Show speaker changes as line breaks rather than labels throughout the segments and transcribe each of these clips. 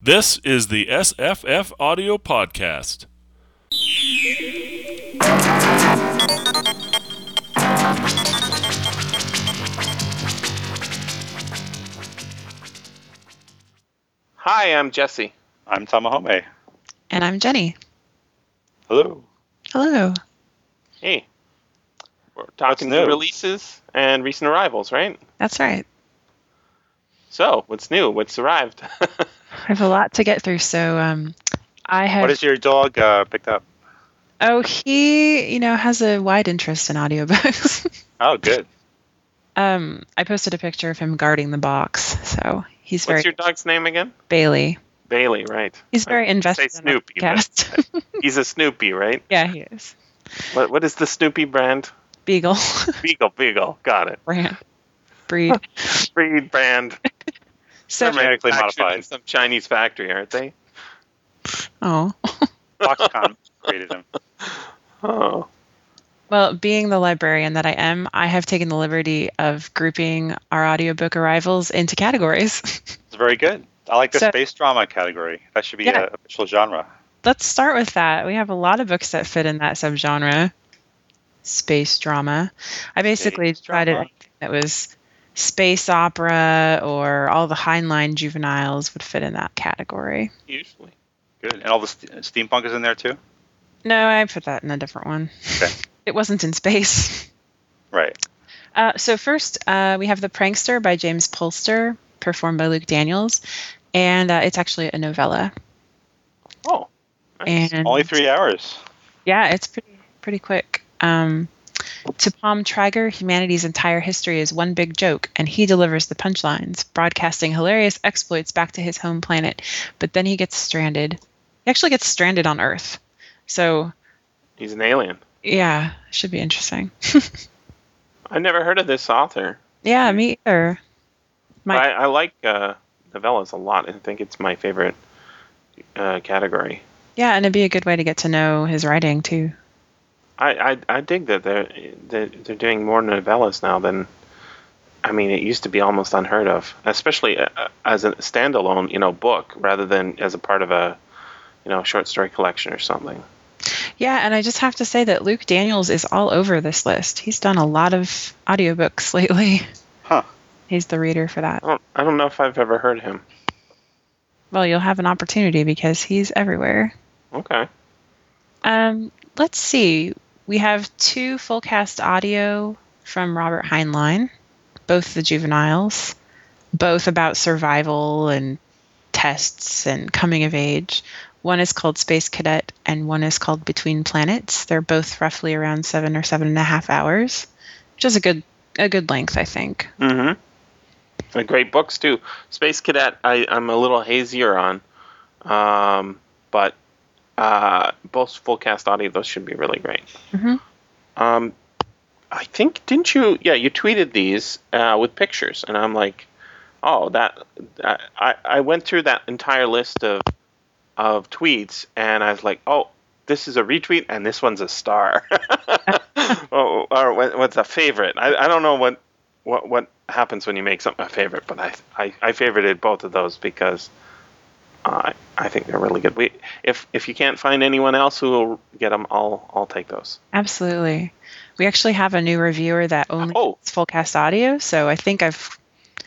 This is the SFF Audio Podcast.
Hi, I'm Jesse.
I'm Tamahome.
And I'm Jenny.
Hello.
Hello.
Hey, we're
What's
talking new
new?
releases and recent arrivals, right?
That's right.
So, what's new? What's arrived?
I have a lot to get through, so um, I have.
What is your dog uh, picked up?
oh, he you know has a wide interest in audiobooks.
Oh, good.
um, I posted a picture of him guarding the box, so he's very
what's your dog's name again?
Bailey.
Bailey, right?
He's very invested.
say
in our
Snoop, you meant.
podcast.
He's a Snoopy, right?
yeah, he is.
What What is the Snoopy brand?
Beagle
Beagle, Beagle. Got it.
brand breed.
Breed brand.
So,
Genetically
Manufactured in
modified.
Some Chinese factory, aren't they?
oh.
Foxconn created him.
Oh,
Well, being the librarian that I am, I have taken the liberty of grouping our audiobook arrivals into categories.
It's very good. I like the
So-
space drama category. That should be
Yeah.
an official genre.
let's start with that. We have a lot of books that fit in that subgenre, space drama. I basically
Space
tried it
drama.
that was space opera or all the Heinlein juveniles would fit in that category.
usually.
Good. And all the ste steampunk is in there too.
No, I put that in a different one.
Okay.
It wasn't in space.
Right.
Mm-hmm.
Uh, so first, uh, we have *The Prankster* by James Polster, performed by Luke Daniels, and uh, it's actually a novella.
Oh, nice.
And
Only three hours.
Yeah, it's pretty pretty quick. Um, to Palm Trager, humanity's entire history is one big joke, and he delivers the punchlines, broadcasting hilarious exploits back to his home planet. But then he gets stranded. He actually gets stranded on Earth. So
he's an alien.
yeah, should be interesting.
I've never heard of this author.
Yeah, me either. My-
I, I like uh, novellas a lot. I think it's my favorite uh, category.
Yeah, and it'd be a good way to get to know his writing too.
I, I, I dig that they're, they're they're doing more novellas now than I mean it used to be almost unheard of, especially uh, uh, as a standalone you know book rather than as a part of a you know short story collection or something.
Yeah, and I just have to say that Luke Daniels is all over this list. He's done a lot of audiobooks lately.
Huh.
He's the reader for that.
I don't I don't know if I've ever heard him.
Well, you'll have an opportunity because he's everywhere.
Okay,
Um, let's see. We have two full cast audio from Robert Heinlein, both the juveniles, both about survival and tests and coming of age. One is called Space Cadet and one is called Between Planets. They're both roughly around seven or seven and a half hours, which is a good a good length, I think.
mm-hmm. great books too. Space Cadet I I'm a little hazier on, um, but uh, both full cast audio those should be really great.
Mhm.
Um, I think didn't you? Yeah, you tweeted these uh, with pictures, and I'm like, oh, that. I I- I went through that entire list of of tweets, and I was like, oh, this is a retweet, and this one's a star, oh, or what, what's a favorite? I, I don't know what what what happens when you make something a favorite, but I I, I favorited both of those because. I I think they're really good. We, if if you can't find anyone else who will get them, I'll I'll take those.
Absolutely. We actually have a new reviewer that only
Oh.
gets full cast audio, so I think I've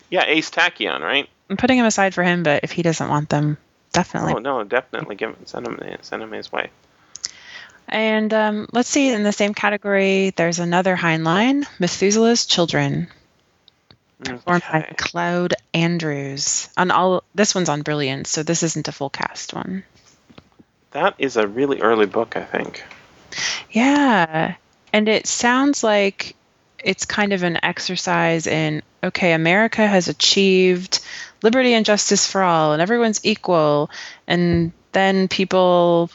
Yeah, Ace Tachyon, right?
I'm putting them aside for him, but if he doesn't want them, definitely.
Oh no, definitely give him, send him send him his way.
And um, let's see, in the same category, there's another Heinlein, Methuselah's Children, performed by
Okay.
Cloud Andrews. On all this one's on Brilliance, so this isn't a full cast one.
That is a really early book, I think.
Yeah, and it sounds like it's kind of an exercise in okay, America has achieved liberty and justice for all, and everyone's equal, and then people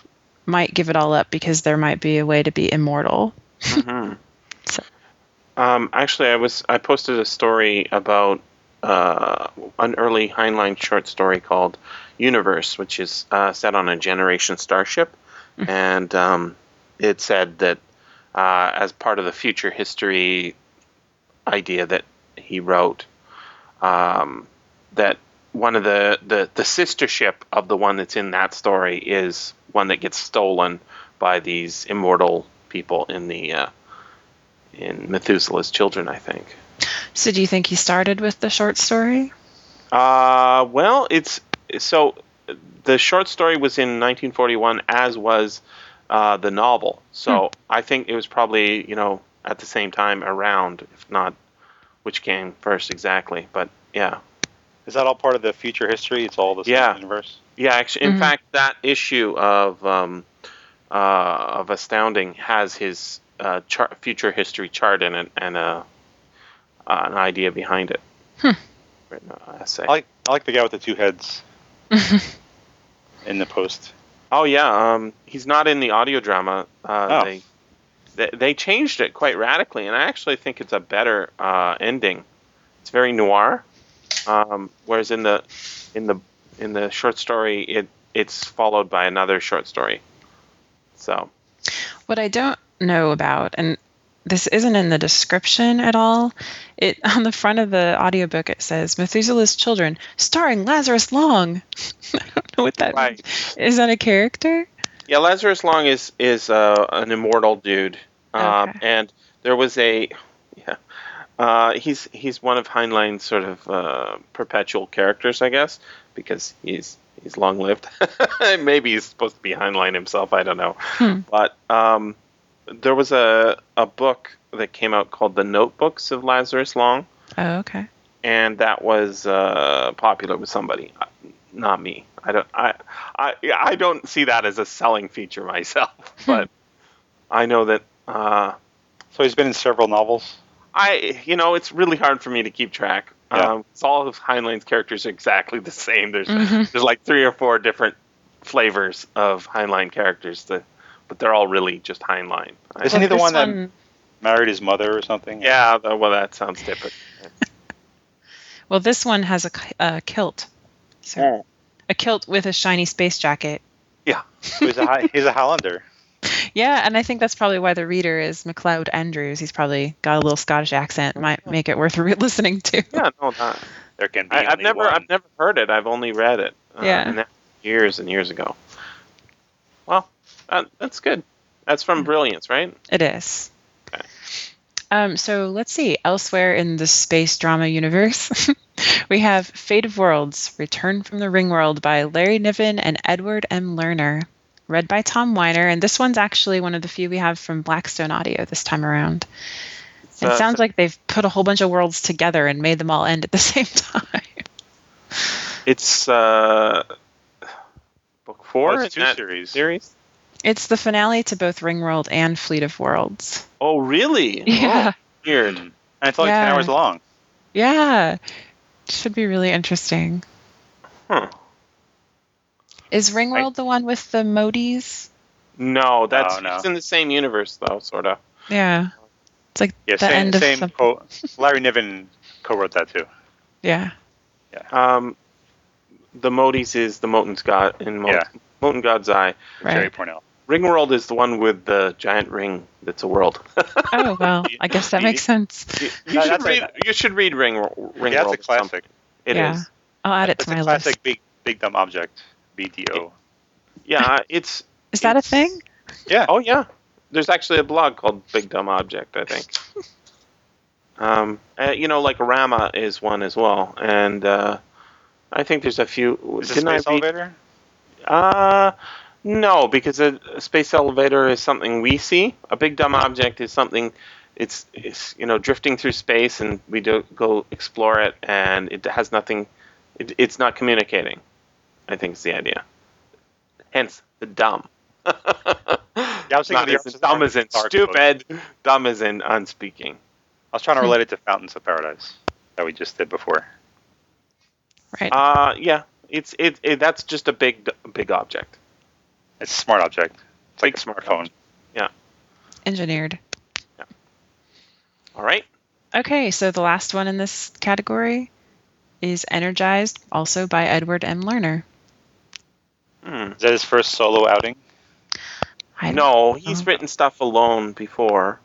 might give it all up because there might be a way to be immortal.
Um, actually, I was I posted a story about uh, an early Heinlein short story called "Universe," which is uh, set on a generation starship, and um, it said that uh, as part of the future history idea that he wrote, um, that one of the, the the sister ship of the one that's in that story is one that gets stolen by these immortal people in the uh, in Methuselah's children, I think.
So do you think he started with the short story?
Uh, well, it's so the short story was in 1941, as was uh, the novel. So I think it was probably you know at the same time around, if not which came first exactly. But yeah,
Is that all part of the future history? It's all the same
Yeah.
universe.
yeah. Actually, in
Mhm.
fact, that issue of um, uh, of astounding has his uh, chart, future history chart in it and a, uh, an idea behind it. Written uh, essay.
I like I like the guy with the two heads in the post.
Oh yeah, um, he's not in the audio drama. Uh,
Oh.
they, they they changed it quite radically, and I actually think it's a better uh, ending. It's very noir, um, whereas in the in the in the short story, it it's followed by another short story. So
What I don't know about, and this isn't in the description at all, it on the front of the audiobook it says Methuselah's Children, starring Lazarus Long. I don't know what that
Right.
means. Is that a character?
yeah, Lazarus Long is is uh, an immortal dude, um,
Okay.
and there was a yeah. Uh, he's he's one of Heinlein's sort of uh, perpetual characters, I guess, because he's he's long lived. Maybe he's supposed to be Heinlein himself. I don't know.
Hmm.
But um, there was a a book that came out called The Notebooks of Lazarus Long,
Oh, okay.
and that was uh, popular with somebody, not me. I don't I I I don't see that as a selling feature myself, but I know that. Uh,
So he's been in several novels.
I, you know, it's really hard for me to keep track.
Yeah.
Um, it's all of Heinlein's characters are exactly the same. There's
Mhm.
there's like three or four different flavors of Heinlein characters, that, but they're all really just Heinlein. I,
Isn't he the
This
one that- Married his mother or something.
yeah, tho- well, that sounds different.
Well, this one has a, k- a kilt. So,
Oh.
A kilt with a shiny space jacket.
So he's a Hi- he's a Hollander.
Yeah, and I think that's probably why the reader is McLeod Andrews. He's probably got a little Scottish accent. Might make it worth re- listening to.
Yeah, no, not.
There can be.
I, I've
only
never,
one.
I've never heard it. I've only read it. Uh,
Yeah.
and that years and years ago. Well, that, that's good. That's from Brilliance, right?
It is.
Okay.
Um, so let's see. Elsewhere in the space drama universe, we have Fate of Worlds Return from the Ring World by Larry Niven and Edward M. Lerner, read by Tom Weiner. And this one's actually one of the few we have from Blackstone Audio this time around.
uh,
it sounds like they've put a whole bunch of worlds together and made them all end at the same time.
It's uh, book four.
Oh,
in
it's two
that
series.
Series.
it's the finale to both Ring World and Fleet of Worlds.
Oh, really?
Yeah.
Oh, weird.
And it's only
Yeah.
ten hours long.
Yeah. Should be really interesting.
Oh, Huh.
Is Ringworld the one with the Modis?
No, that's
Oh, no.
it's in the same universe though, sort of.
Yeah. It's like
Yeah,
the
same.
end of
same
some-
co- Larry Niven co-wrote that too.
Yeah.
Um, the Modis is the Moten's God in Moten,
Yeah.
Moten God's Eye.
Jerry
Right.
Pornell.
Ringworld is the one with the giant ring that's a world.
Oh well, I guess that makes sense.
you, you
No,
should
that's
read,
right.
you should read Ring Ringworld.
yeah, that's a
at some-
classic.
It
yeah.
is.
I'll add it
That's
to
a
my
classic
list.
big big dumb object. BDO.
Yeah, it's
Is that a
it's-
thing?
Yeah.
Oh yeah, there's actually a blog called Big Dumb Object, I think. um, uh, you know, like Rama is one as well, and uh, I think there's a few.
Is it
didn't I
space
read-
elevator?
Uh, no, because a, a space elevator is something we see. A big dumb object is something. It's, it's you know drifting through space, and we do go explore it, and it has nothing. It, it's not communicating. I think is the idea. Hence the dumb. yeah,
I was thinking the opposite
dumb is in
Star Code.
stupid. Dumb is in unspeaking.
I was trying to relate it to Fountains of Paradise that we just did before.
Right.
Uh, yeah, it's it, it. That's just a big big object.
It's a smart object. It's like
Big
a
smart
smartphone.
Engineered.
All right.
Okay, so the last one in this category is Energized, also by Edward M. Lerner.
Hmm.
Is that his first solo outing?
I
No, he's
Oh.
written stuff alone before.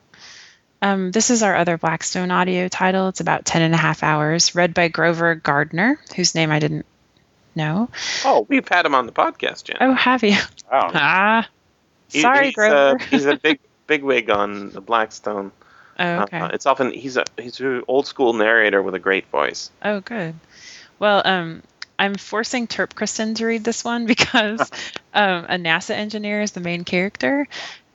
Um, this is our other Blackstone audio title. It's about 10 and a half hours, read by Grover Gardner, whose name I didn't No.
Oh, we've had him on the podcast, Jen.
Oh, have you?
Wow.
Ah.
He-
Sorry,
he's
Grover.
A, he's a big big wig on the Blackstone.
oh,
Uh,
okay.
it's often he's a he's an old school narrator with a great voice.
Oh, good. Well, um, I'm forcing Terp Kristen to read this one because um, a NASA engineer is the main character,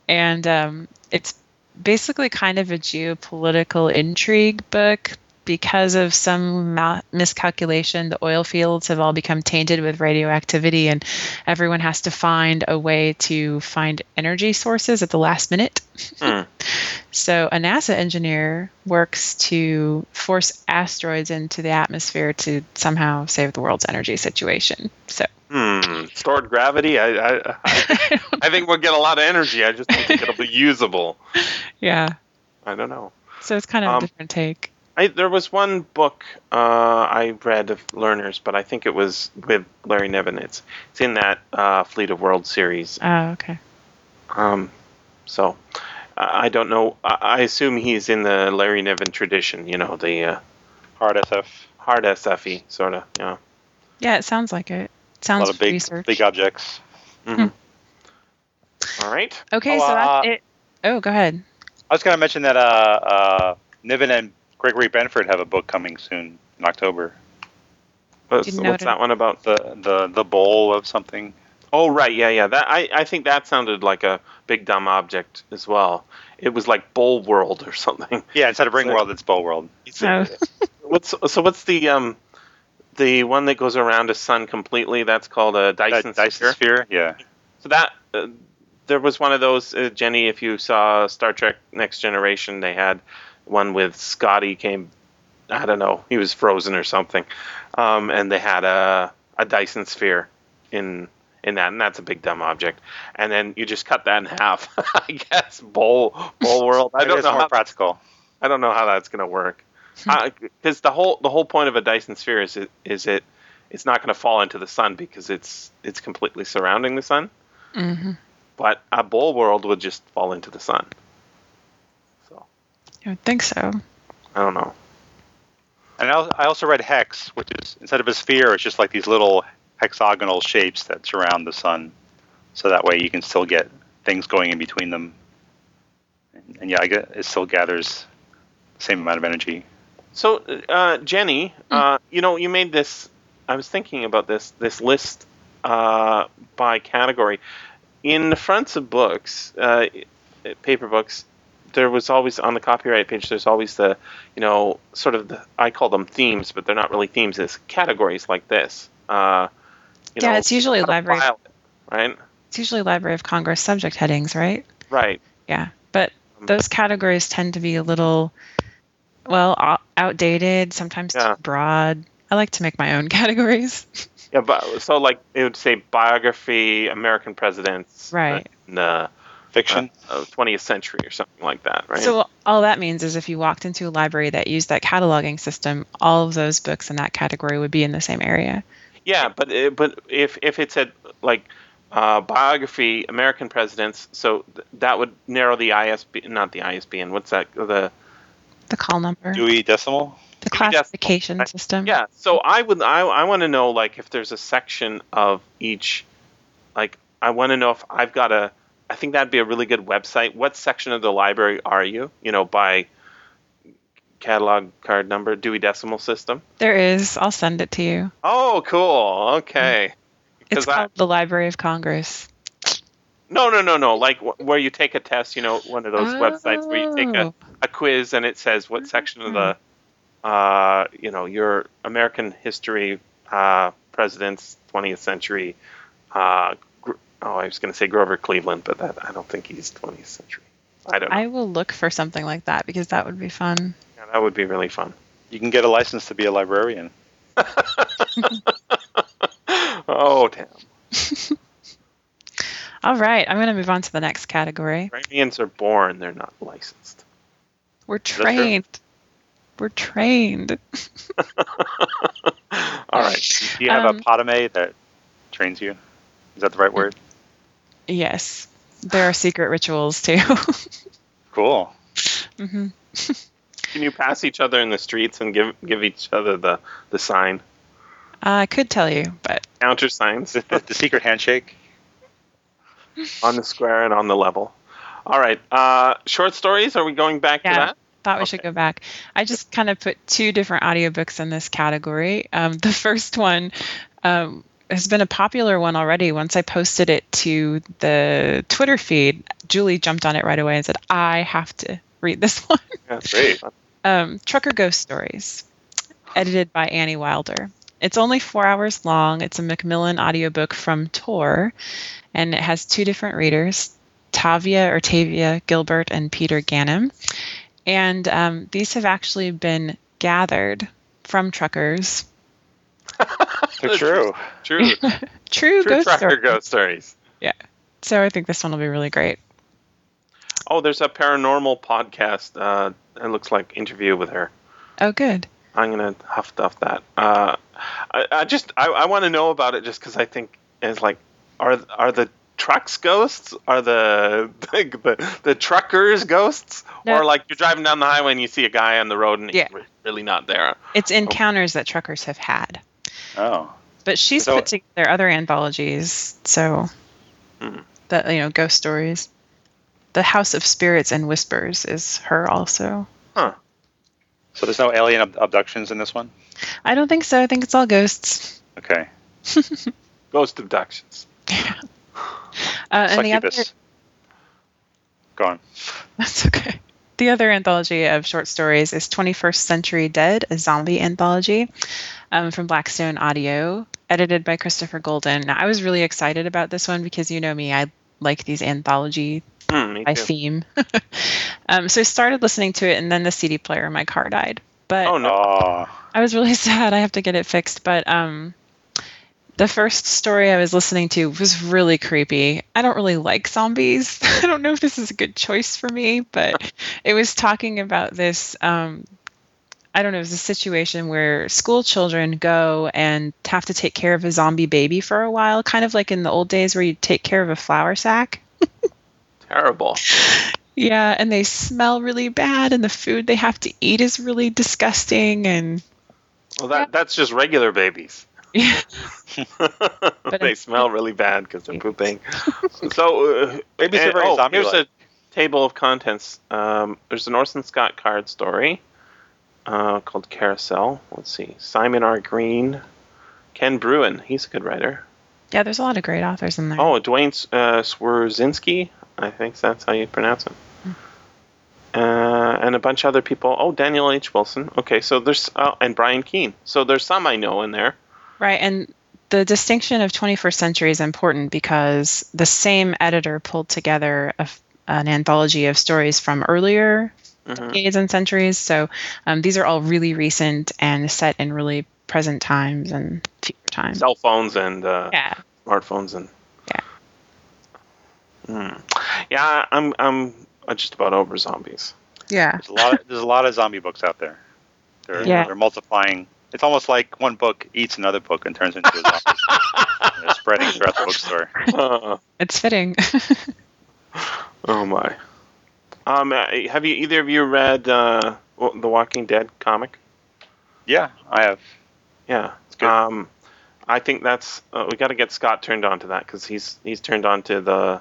and um, it's basically kind of a geopolitical intrigue book. Because of some ma- miscalculation, the oil fields have all become tainted with radioactivity, and everyone has to find a way to find energy sources at the last minute.
Hmm.
So, a NASA engineer works to force asteroids into the atmosphere to somehow save the world's energy situation. So,
Hmm. Stored gravity. I I, I, I think we'll get a lot of energy. I just don't think it'll be usable.
yeah.
I don't know.
So, it's kind of
Um,
a different take.
I, there was one book uh, I read of learners, but I think it was with Larry Niven. It's it's in that uh, Fleet of World series.
Oh, okay.
Um, so I I don't know. I, I assume he's in the Larry Niven tradition. You know, the uh,
Hard SF.
hard SFE sort of. Yeah.
Yeah, it sounds like it.
A
Sounds
lot of big
research.
big objects.
Mhm. All right.
okay,
Oh,
so that's
uh,
it. Oh, go ahead.
I was going to mention that uh, uh, Niven and Gregory Benford have a book coming soon in October.
What's,
Didn't know
what's
it-
that one about?
The the the bowl of something.
Oh right, yeah, yeah. That I, I think that sounded like a big dumb object as well. It was like Bowl World or something.
Yeah, instead of Ring
So-
World, it's Bowl World.
Oh.
What's so? What's the um, the one that goes around a sun completely? That's called a Dyson,
That Dyson
sphere.
sphere. Yeah.
So that uh, there was one of those, uh, Jenny. If you saw Star Trek: Next Generation, they had one with Scotty came. I don't know, he was frozen or something, um, and they had a a Dyson sphere in in that, and that's a big dumb object. And then you just cut that in half, I guess. Bowl bowl world. I
Maybe
don't
it's
know.
more
How,
practical.
I don't know how that's gonna work. Because the whole the whole point of a Dyson sphere is it is it it's not gonna fall into the sun because it's it's completely surrounding the sun
hmm
but a bowl world would just fall into the sun. So
I would think so.
I don't know.
And I al- I also read Hex, which is instead of a sphere, it's just like these little hexagonal shapes that surround the sun. So that way you can still get things going in between them. And, and yeah, I get, it still gathers the same amount of energy.
So uh, Jenny,
Hmm.
uh, you know, you made this. I was thinking about this this list uh, by category. In the fronts of books, uh, paper books, there was always on the copyright page. There's always the, you know, sort of the I call them themes, but they're not really themes. It's categories like this. Uh, you
yeah,
know,
it's usually
how to
library.
file it, right?
It's usually Library of Congress subject headings, right?
Right.
Yeah, but
Um,
those categories tend to be a little, well, o- outdated. Sometimes
Yeah.
too broad. I like to make my own categories.
Yeah, but so like it would say biography, American presidents, uh,
Right.
In the
Fiction?
Uh, twentieth century or something like that, right?
So all that means is if you walked into a library that used that cataloging system, all of those books in that category would be in the same area.
yeah, but it, but if if it said like uh, biography, American presidents, so th- that would narrow the ISB, not the ISBN. What's that? The
The call number,
Dewey Decimal?
Dewey
the
Decimal.
classification system.
yeah. So I would I I want to know like if there's a section of each, like I want to know if I've got a. I think that'd be a really good website. What section of the library are you? You know, by catalog card number, Dewey Decimal System.
There is. I'll send it to you.
Oh, cool. Okay.
It's
'Cause I-
called the Library of Congress.
No, no, no, no. Like wh- where you take a test, you know, one of those websites where you take a,
Oh.
a quiz and it says what section of the, uh, you know, your American history, uh, presidents, 20th century. Uh, gr- oh, I was going to say Grover Cleveland, but that I don't think he's 20th century. I don't know.
I will look for something like that because that would be fun.
Yeah, that would be really fun.
You can get a license to be a librarian.
Oh, damn.
All right, I'm going to move on to the next category.
Iranians are born, they're not licensed.
We're
true?
trained. We're trained.
All right.
Do you have
Um,
a potame that trains you? Is that the right word?
Yes, there are secret rituals too. Uh,
Cool.
hmm
Can you pass each other in the streets and give give each other the, the sign?
I could tell you, but
Counter signs
The, the, the secret handshake.
on the square and on the level. All right. Uh, short stories. Are we going back
Yeah.
to that?
thought we should go back. I just kind of put two different audiobooks in this category. Um, the first one um, has been a popular one already. Once I posted it to the Twitter feed, Julie jumped on it right away and said, I have to read this one.
That's
Great.
Um, Trucker Ghost Stories, edited by Annie Wilder. It's only four hours long. It's a Macmillan audiobook from Tor, and it has two different readers Tavia or Tavia Gilbert and Peter Ganem. And um, these have actually been gathered from truckers.
They're true.
True.
True,
True
ghost
tracker
stories.
ghost stories.
So I think this one will be really great.
Oh, there's a paranormal podcast. Uh, it looks like interview with her.
Oh, good.
I'm gonna huff duff that. Uh, I, I just I, I want to know about it just because I think it's like are are the trucks ghosts? Are the like, the the truckers ghosts?
No.
Or like you're driving down the highway and you see a guy on the road and
Yeah.
he's re- really not there.
It's encounters that truckers have had.
Oh,
But she's
So-
put together other anthologies, so
Hmm.
that you know, ghost stories. The House of Spirits and Whispers is her also.
so there's no alien ab- abductions in this one.
I don't think so. I think it's all ghosts.
Okay.
Ghost abductions.
Uh, and the other,
Succubus. Go on.
that's okay. The other anthology of short stories is 21st Century Dead, a zombie anthology um, from Blackstone Audio, edited by Christopher Golden. Now, I was really excited about this one because you know me, I like these anthology
Hmm, me
by
too.
theme. um, so I started listening to it, and then the CD player in my car died. But
Oh no.
Oh,
I was really sad. I have to get it fixed. But um, the first story I was listening to was really creepy. I don't really like zombies. I don't know if this is a good choice for me, but it was talking about this. Um, I don't know, it was a situation where school children go and have to take care of a zombie baby for a while, kind of like in the old days where you'd take care of a flour sack.
Terrible.
Yeah, and they smell really bad, and the food they have to eat is really disgusting. And
Well, that that's just regular babies.
Yeah.
they smell really bad because they're pooping. so uh,
Babies are
and-
very
oh,
zombie-like.
Here's a table of contents. Um, there's an Orson Scott Card story uh, called Carousel. Let's see. Simon R. Green, Ken Bruin. He's a good writer.
yeah, there's a lot of great authors in there.
Oh, Dwayne uh, Swerzinski. I think that's how you pronounce him. Uh, and a bunch of other people. Oh, Daniel H. Wilson. Okay, so there's oh, and Brian Keene. So there's some I know in there.
Right, and the distinction of 21st century is important because the same editor pulled together a f an anthology of stories from earlier
Mhm.
decades and centuries. So um, these are all really recent and set in really present times and future times.
Cell phones and uh,
yeah.
smartphones and
Yeah.
Hmm. yeah i'm i'm just about over zombies
Yeah.
there's a lot. there's a lot of zombie books out there. They're,
Yeah.
they're multiplying. It's almost like one book eats another book and turns into a zombie. And they're spreading throughout the bookstore.
Uh,
It's fitting.
oh my um uh, have you either of you read uh Wa- the walking dead comic
Yeah, I have.
yeah
good.
um i think that's uh, we got to get scott turned on to that because he's he's turned on to the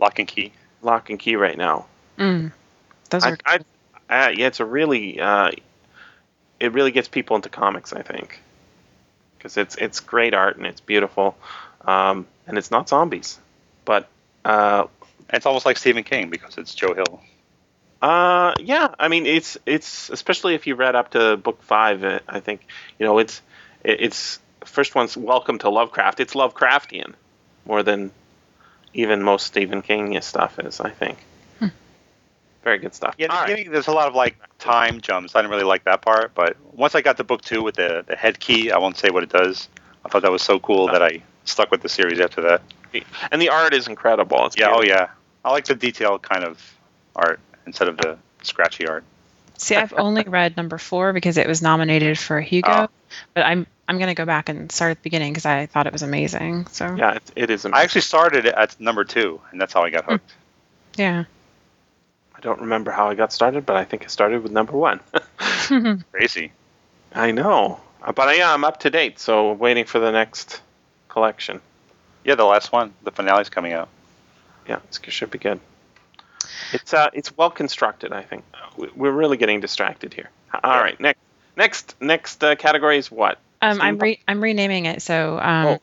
Lock and key.
lock and key right now
mm. Those
I,
are
I, uh, yeah, it's a really uh, it really gets people into comics. I think because it's it's great art and it's beautiful, um, and it's not zombies, but uh,
And it's almost like Stephen King because it's Joe Hill.
uh, yeah, I mean it's it's especially if you read up to book five. uh, I think you know it's it, it's first one's Welcome to Lovecraft. It's Lovecraftian more than even most Stephen King stuff is. I think.
Hmm.
Very good stuff.
Yeah, in the
All right.
beginning there's a lot of like time jumps. I didn't really like that part, but once I got to book two with the the head key, I won't say what it does. I thought that was so cool that I stuck with the series after that.
and the art is incredible. It's
Yeah,
beautiful.
oh yeah. I like the detailed kind of art instead of the scratchy art.
See, I've only read number four because it was nominated for a Hugo,
Oh.
but I'm I'm gonna go back and start at the beginning because I thought it was amazing. So
Yeah, it, it is.
I
Amazing.
actually started at number two, and that's how I got
Hmm.
hooked.
yeah.
I don't remember how I got started, but I think I started with number one.
Crazy.
I know. Uh, But yeah, I'm up to date, so waiting for the next collection.
Yeah, the last one. The finale's coming out.
Yeah, it's, it should be good. It's uh, it's well constructed. I think Uh, We- we're really getting distracted here. Uh, All
Yeah.
right, next next next uh, category is what?
Um, I'm
Steampunk?
re- I'm renaming it, so um,
Oh.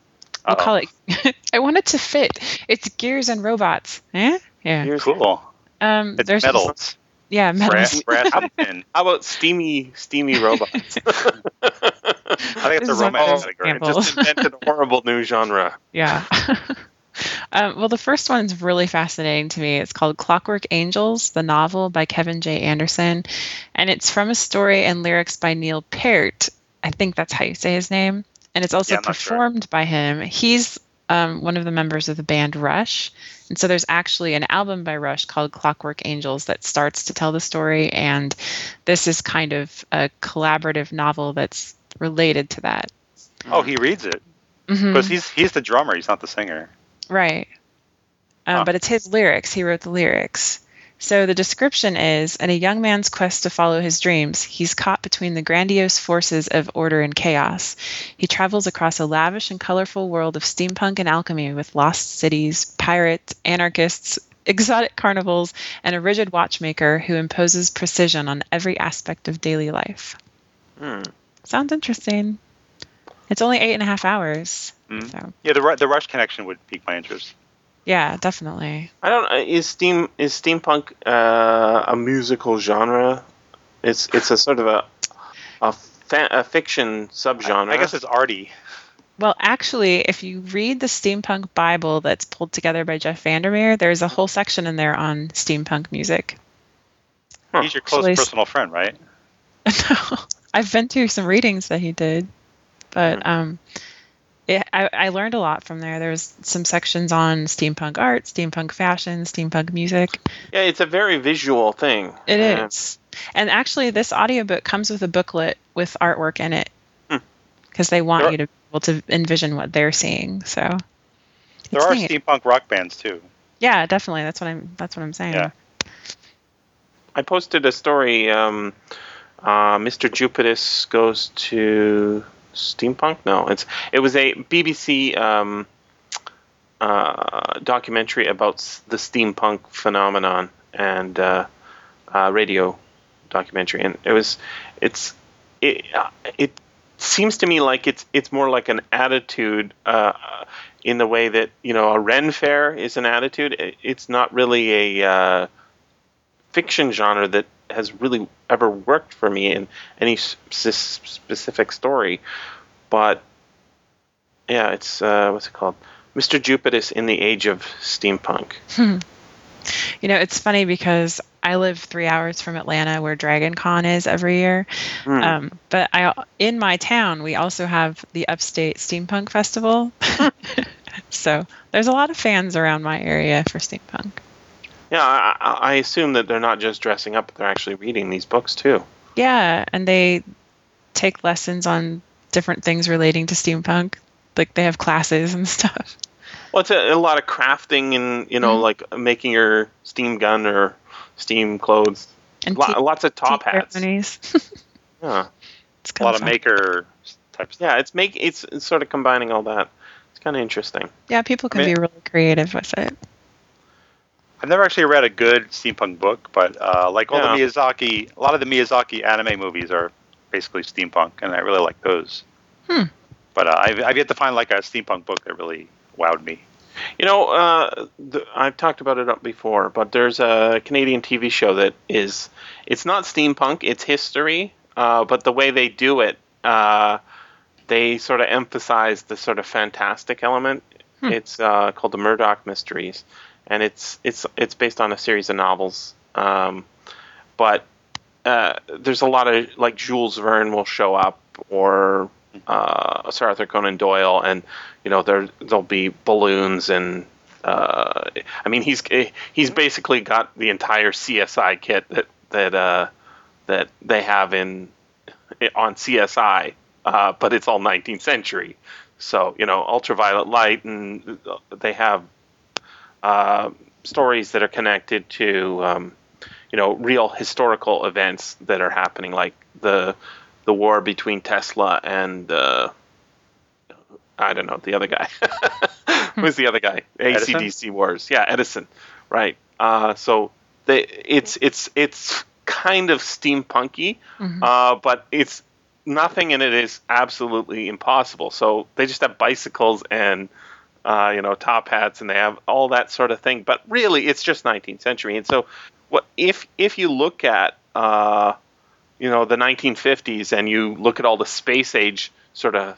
I'll
Uh-oh.
call it. I want it to fit. It's gears and robots. Eh? Yeah.
Here's-
Cool.
Um,
It's
there's
metals.
yeah, metals.
Brass, brass and tin.
How about steamy steamy robots?
I think it's a
This is one of
romance
those
category.
examples.
Just invented a horrible new genre.
Yeah. um, well, the first one's really fascinating to me. It's called Clockwork Angels, the novel by Kevin J. Anderson, and it's from a story and lyrics by Neil Peart. I think that's how you say his name. And it's also
Yeah, I'm not sure.
performed by him. He's um, one of the members of the band Rush. And so there's actually an album by Rush called Clockwork Angels that starts to tell the story. And this is kind of a collaborative novel that's related to that.
Oh, he reads it
Mhm.
because he's he's the drummer. He's not the singer.
Right. Um,
Huh.
But it's his lyrics. He wrote the lyrics. So the description is In a young man's quest to follow his dreams, he's caught between the grandiose forces of order and chaos. He travels across a lavish and colorful world of steampunk and alchemy with lost cities, pirates, anarchists, exotic carnivals, and a rigid watchmaker who imposes precision on every aspect of daily life.
Hmm.
Sounds interesting. It's only eight and a half hours.
Mm.
So,
Yeah, the Ru- the Rush connection would pique my interest.
yeah, definitely.
I don't. uh, Is steam is steampunk uh, a musical genre? It's it's a sort of a a, fa- a fiction subgenre.
Um, I guess it's arty.
Well, actually, if you read the steampunk Bible that's pulled together by Jeff Vandermeer, there's a whole section in there on steampunk music.
Huh.
He's your close
Actually, s-
personal friend, right?
I've been to some readings that he did, but um, it, I, I learned a lot from there. There's some sections on steampunk art, steampunk fashion, steampunk music.
yeah, it's a very visual thing.
It is,
Yeah.
And actually, this audiobook comes with a booklet with artwork in it
Hmm.
because they want
There-
you to be able to envision what they're seeing. So
There
it's
are
neat.
steampunk rock bands too.
Yeah, definitely. That's what I'm. That's what I'm saying.
Yeah.
I posted a story. Um, uh, Mr. Jupitus goes to steampunk. No, it's it was a BBC um, uh, documentary about s- the steampunk phenomenon and uh, uh, radio documentary, and it was it's it uh, it seems to me like it's it's more like an attitude uh, in the way that you know a Ren Fair is an attitude. It, it's not really a uh, fiction genre that has really ever worked for me in any s- s- specific story. But yeah, it's uh, what's it called? Mr. Jupitus in the Age of Steampunk.
You know, it's funny because I live three hours from Atlanta, where Dragon Con is every year.
Hmm.
Um, but I, in my town, we also have the Upstate Steampunk Festival.
Hmm.
so there's a lot of fans around my area for steampunk.
yeah, I, I I assume that they're not just dressing up; they're actually reading these books too.
Yeah, and they take lessons on different things relating to steampunk. Like they have classes and stuff.
Well, it's a, a lot of crafting and you know,
Mhm.
like making your steam gun or steam clothes.
And
Lo-
tea-
lots of top
tea
hats.
ceremonies.
Yeah.
It's
A
kinda
lot of
fun.
maker type stuff.
yeah, it's make it's, it's sort of combining all that. It's kind of interesting.
Yeah, people can
mean-
be really creative with it.
I've never actually read a good steampunk book, but uh, like all the
Yeah.
Miyazaki, a lot of the Miyazaki anime movies are basically steampunk, and I really like those.
Hmm.
But uh, I've, I've yet to find like a steampunk book that really wowed me.
You know, uh, the, I've talked about it up before, but there's a Canadian TV show that is it's not steampunk, it's history, uh, but the way they do it, uh, they sort of emphasize the sort of fantastic element. It's uh, called the Murdoch Mysteries, and it's it's it's based on a series of novels. Um, but uh, there's a lot of like Jules Verne will show up or uh, Sir Arthur Conan Doyle, and you know there there'll be balloons and uh, I mean he's he's basically got the entire CSI kit that that uh, that they have in on CSI, uh, but it's all 19th century. So you know ultraviolet light, and they have uh, stories that are connected to. Um, you know real historical events that are happening like the the war between Tesla and uh, I don't know the other guy. Who's the other guy?
Edison?
ACDC wars. Yeah, Edison. Right. Uh, so they, it's it's it's kind of steampunky,
Mhm.
uh, but it's nothing in it is absolutely impossible. So they just have bicycles and uh, you know top hats, and they have all that sort of thing. But really, it's just 19th century. And so, what if if you look at uh, you know the 1950s and you look at all the space age sort of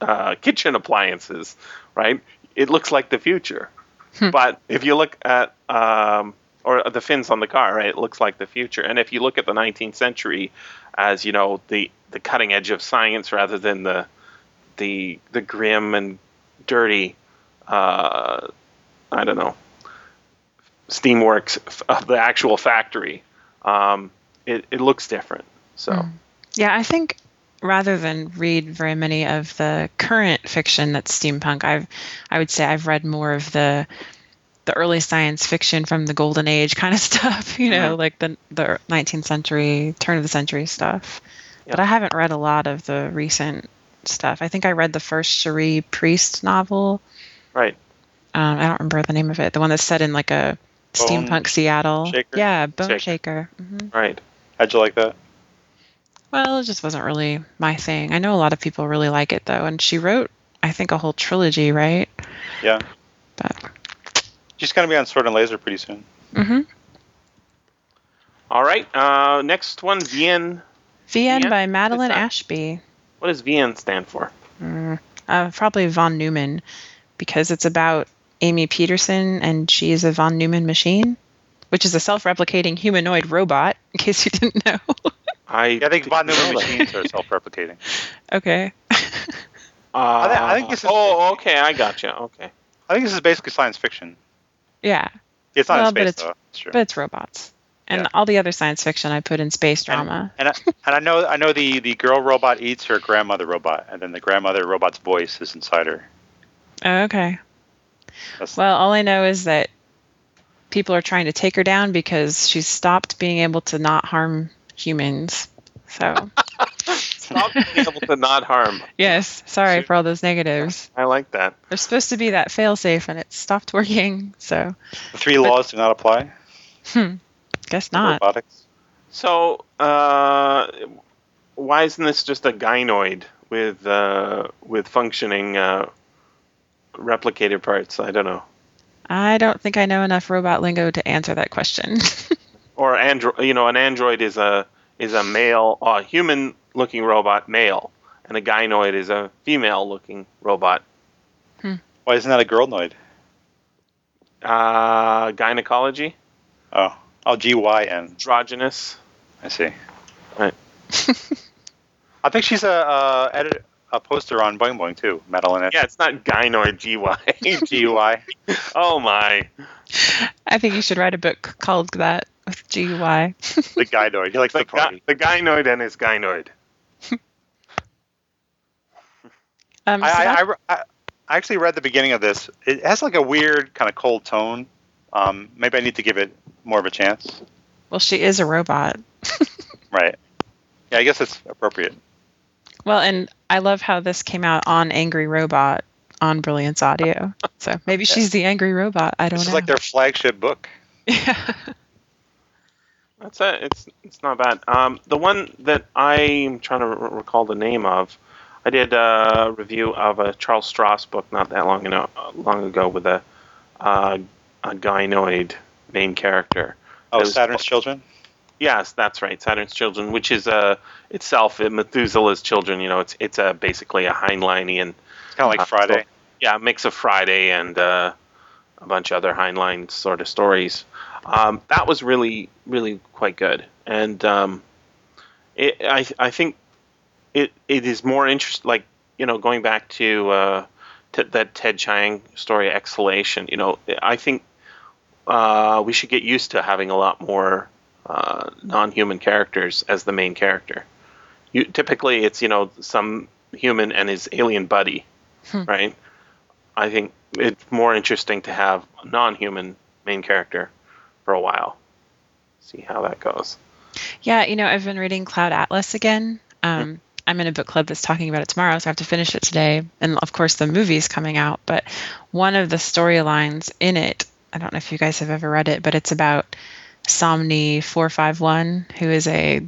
uh, kitchen appliances, right? It looks like the future. But if you look at um, or the fins on the car, right, it looks like the future. And if you look at the 19th century as you know the the cutting edge of science rather than the the the grim and dirty, uh, I don't know, steamworks f- of the actual factory, um, it it looks different. So
Yeah, I think rather than read very many of the current fiction that's steampunk, I've I would say I've read more of the the early science fiction from the golden age kind of stuff, you know, like the the 19th century, turn of the century stuff. But
Yeah.
I haven't read a lot of the recent stuff. I think I read the first Cherie Priest novel.
right,
Um, I don't remember the name of it. The one that's set in like a
Bone
steampunk Seattle.
Shaker?
Yeah, Bone
Shaker.
Shaker. hmm
right,
How'd you like that?
Well, it just wasn't really my thing. I know a lot of people really like it though, and she wrote, I think, a whole trilogy, right?
Yeah.
But
She's going to be on Sword and Laser pretty soon.
hmm
all right. Uh, next one, VN.
VN
Yeah,
by Madeline
it's not-
Ashby,
What does VN stand for?
uh, probably von Neumann, because it's about Amy Peterson, and she is a von Neumann machine, which is a self-replicating humanoid robot. In case you didn't know.
I
Yeah, I think
didn't
Von
know
Neumann
that.
machines are self-replicating.
okay.
Uh,
I thi- I think this is-
Oh, okay, I gotcha. Okay,
I think this is basically science fiction.
yeah,
It's not
Well,
in space
but it's-
though. It's true.
but it's robots, and
Yeah.
all the other science fiction I put in space drama.
and I, and I know I know the, the girl robot eats her grandmother robot, and then the grandmother robot's voice is inside her.
Oh, okay.
That's,
Well, all I know is that people are trying to take her down because she's stopped being able to not harm humans. So,
stop being able to not harm.
yes, sorry for all those negatives.
I like that.
There's supposed to be that failsafe and it stopped working. So,
the three laws do not apply. to
guess not.
Robotics.
So, uh, why isn't this just a gynoid with uh, with functioning uh, replicated parts? I don't know.
I don't think I know enough robot lingo to answer that question.
Or android, you know, an android is a is a male, a human looking robot male, and a gynoid is a female looking robot.
Why isn't that a girlnoid?
Uh, gynecology,
Oh, oh, G Y N.
androgynous.
I see.
Right.
I think she's a uh, edit a poster on Boing Boing too, Madeline.
Yeah, it's not gynoid, G Y.
G Y.
oh my.
I think you should write a book called that with GUI.
The gynoid. He likes
The,
to party.
gy- the gynoid and his gynoid.
Um,
I,
Sebast-
I, I, I I actually read the beginning of this. It has like a weird kind of cold tone. Um, maybe I need to give it more of a chance.
well, she is a robot.
Right. Yeah, I guess it's appropriate.
Well, and I love how this came out on Angry Robot on Brilliance Audio. So maybe she's the angry robot. I don't
This
know.
is like their flagship book.
yeah.
That's it. It's it's not bad. Um, the one that I'm trying to re- recall the name of, I did a review of a Charles Strauss book not that long ago, long ago with a uh, a gynoid main character.
Oh,
It was-
Saturn's Children.
Yes, that's right. Saturn's Children, which is uh, itself uh, Methuselah's Children. You know, it's it's a, basically a Heinleinian
It's kind
Uh-huh.
of like Friday.
yeah, a mix of Friday and uh, a bunch of other Heinlein sort of stories. Um, that was really, really quite good, and um, it, I, I think it, it is more interest like you know going back to uh, t- that Ted Chiang story, Exhalation. You know, I think uh, we should get used to having a lot more uh, non-human characters as the main character. You, typically, it's you know some human and his alien buddy, right? I think it's more interesting to have a non-human main character for a while. See how that goes.
yeah, you know, I've been reading Cloud Atlas again, Um, I'm in a book club that's talking about it tomorrow, so I have to finish it today. And of course, the movie's coming out, but one of the storylines in it, I don't know if you guys have ever read it, but it's about Somni 451, who is a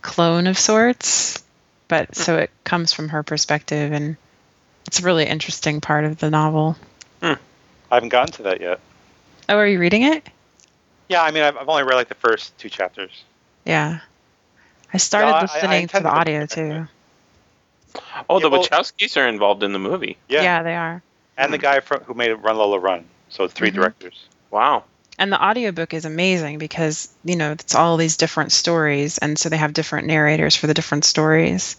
clone of sorts,
Hmm.
but so it comes from her perspective, and it's a really interesting part of the novel.
I haven't gotten to that yet.
Oh, are you reading it?
Yeah, I mean, I've, I've only read like the first two chapters.
Yeah. I started
I- I
listening to
tend
the
to-
audio too.
Oh, the
Yeah, well-
Wachowskis are involved in the movie.
Yeah,
yeah, they are.
and the guy from, who made Run Lola Run. So it's 3
Mhm.
directors.
Wow.
and the audiobook is amazing because you know it's all these different stories and so they have different narrators for the different stories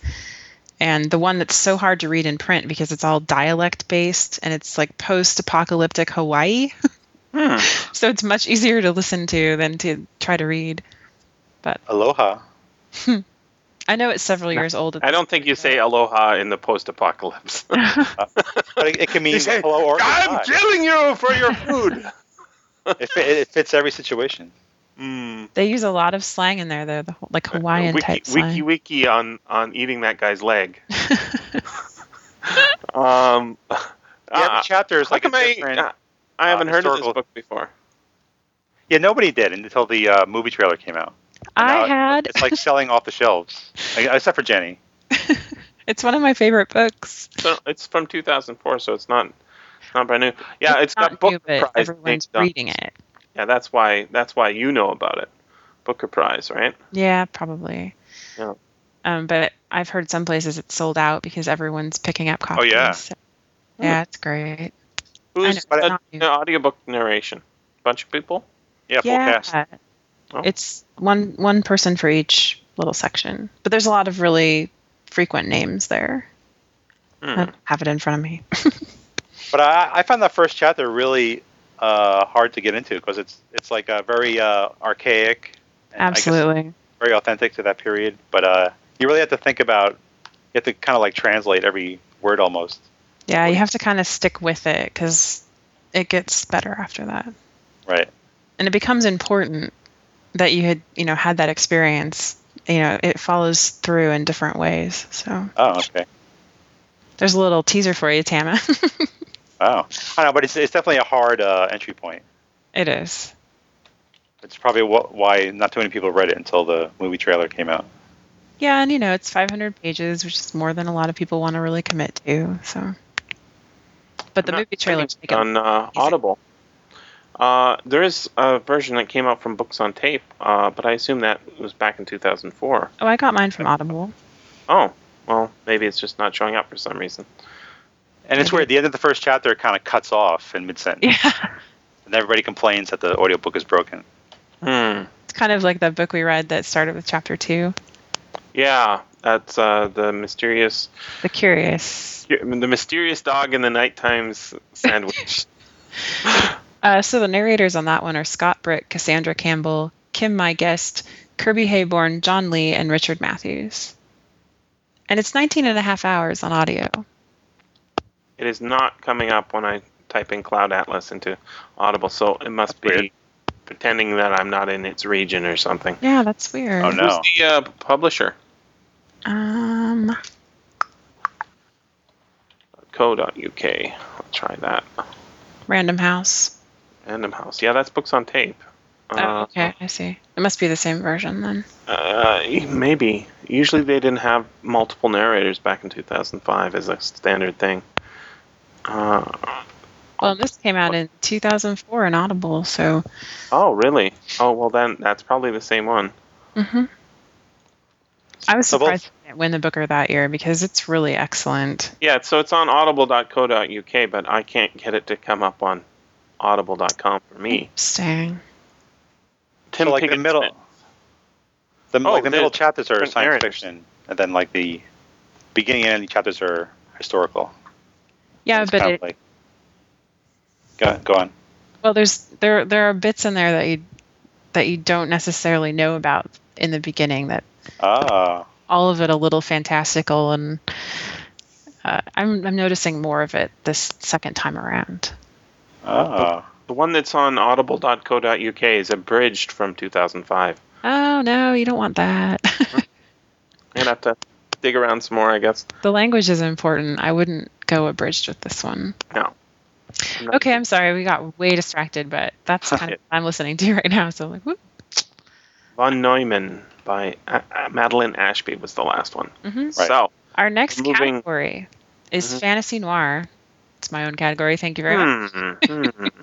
and the one that's so hard to read in print because it's all dialect based and it's like post apocalyptic hawaii
Hmm.
so it's much easier to listen to than to try to read
Aloha.
i know it's several years old at
I don't think you say aloha in the post-apocalypse.
But it, it can mean
You say,
hello or goodbye.
killing you for your food.
It, fit- it fits every situation. Hmm.
mm.
they use a lot of slang in there though the, whole- like
Uh,
hawaiian
wiki,
type slang
wiki wiki on on eating that guy's leg. um,
Yeah, every
ah,
chapter is
how
like a
come I,
different.
ah, I haven't
uh,
heard of this
historical-
book before.
yeah, nobody did until the uh, movie trailer came out. And now
i
it-
had
It's like selling off the shelves, like, except for Jenny.
it's one of my favorite books
So it's from 2004, so it's not not brand new. Yeah, it's got
Not
book
new, but
prize.
everyone's
named on-
reading it
Yeah, that's why that's why you know about it. Booker Prize, right?
Yeah, probably.
Yeah.
Um, but I've heard some places it's sold out because everyone's picking up copies.
Oh, yeah.
So- Yeah, it's great. I know,
Who's
it's
but, uh,
not new.
the audiobook narration? Bunch of people.
Yeah, full
yeah.
cast.
Oh.
It's one one person for each little section. But there's a lot of really frequent names there.
Hmm.
I don't have it in front of me.
But I, I found that first chapter really uh, hard to get into because it's it's like a very uh, archaic, and I guess
Absolutely.
very authentic to that period. But uh, you really have to think about, you have to kind of like translate every word almost.
Yeah, you have to kind of stick with it because it gets better after that.
Right.
and it becomes important that you had you know had that experience you know it follows through in different ways so
Oh, okay.
there's a little teaser for you tama
Wow. I know, but it's, it's definitely a hard uh, entry point.
it is
It's probably wh- why not too many people read it until the movie trailer came out.
yeah and you know it's 500 pages which is more than a lot of people want to really commit to so but the
I'm not
movie trailer
finding it on uh,
amazing.
Audible. Uh, there is a version that came out from Books on Tape, uh, but I assume that was back in 2004.
oh i got mine from audible
Oh, well, maybe it's just not showing up for some reason.
And it's weird. The end of the first chapter kind of cuts off in mid sentence,
yeah
and everybody complains that the audiobook is broken.
Hmm.
it's kind of like that book we read that started with chapter two
Yeah, that's uh, the mysterious,
the curious
the mysterious dog in the nighttime's sandwich.
Uh, so the narrators on that one are Scott Brick, Cassandra Campbell, Kim My Guest, Kirby Hayborn, John Lee, and Richard Matthews. And it's 19 and a half hours on audio.
it is not coming up when I type in Cloud Atlas into Audible, so it must be
That's weird.
pretending that I'm not in its region or something.
Yeah, that's weird.
Oh, no.
Who's the uh, publisher?
Um,
Co.uk. I'll try that.
Random House.
Random House. Yeah, that's books on tape.
Oh, okay, I see. It must be the same version then.
Uh, maybe. Usually they didn't have multiple narrators back in 2005 as a standard thing. Uh,
Well, this came out in 2004 in Audible, so
oh, really? Oh, well, then that's probably the same one.
mhm. I was
So both-
surprised it didn't win the Booker that year because it's really excellent.
Yeah, so it's on audible.co.uk, but I can't get it to come up on audible.com for me.
Interesting.
Tim
so like the
Pickett
middle,
Smith.
the, like the
Oh, there's
middle chapters are
different
science
narratives.
fiction, and then like the beginning and ending chapters are historical.
Yeah,
It's
but
kind
it,
of like, go, go on.
Well, there's there there are bits in there that you that you don't necessarily know about in the beginning. That
Ah,
all of it a little fantastical, and uh, I'm I'm noticing more of it this second time around.
ah.
The one that's on audible.co.uk is abridged from 2005.
Oh no, you don't want that.
gonna have to dig around some more, I guess.
The language is important. I wouldn't go abridged with this one.
No. No.
Okay, I'm sorry. We got way distracted, but that's kind of what I'm listening to right now. So I'm like, whoop.
Von Neumann by uh, uh, Madeline Ashby was the last one.
hmm
Right.
So,
Our next
Moving-
category is
Mhm.
fantasy noir. It's my own category. Thank you very much.
hmm, hmm.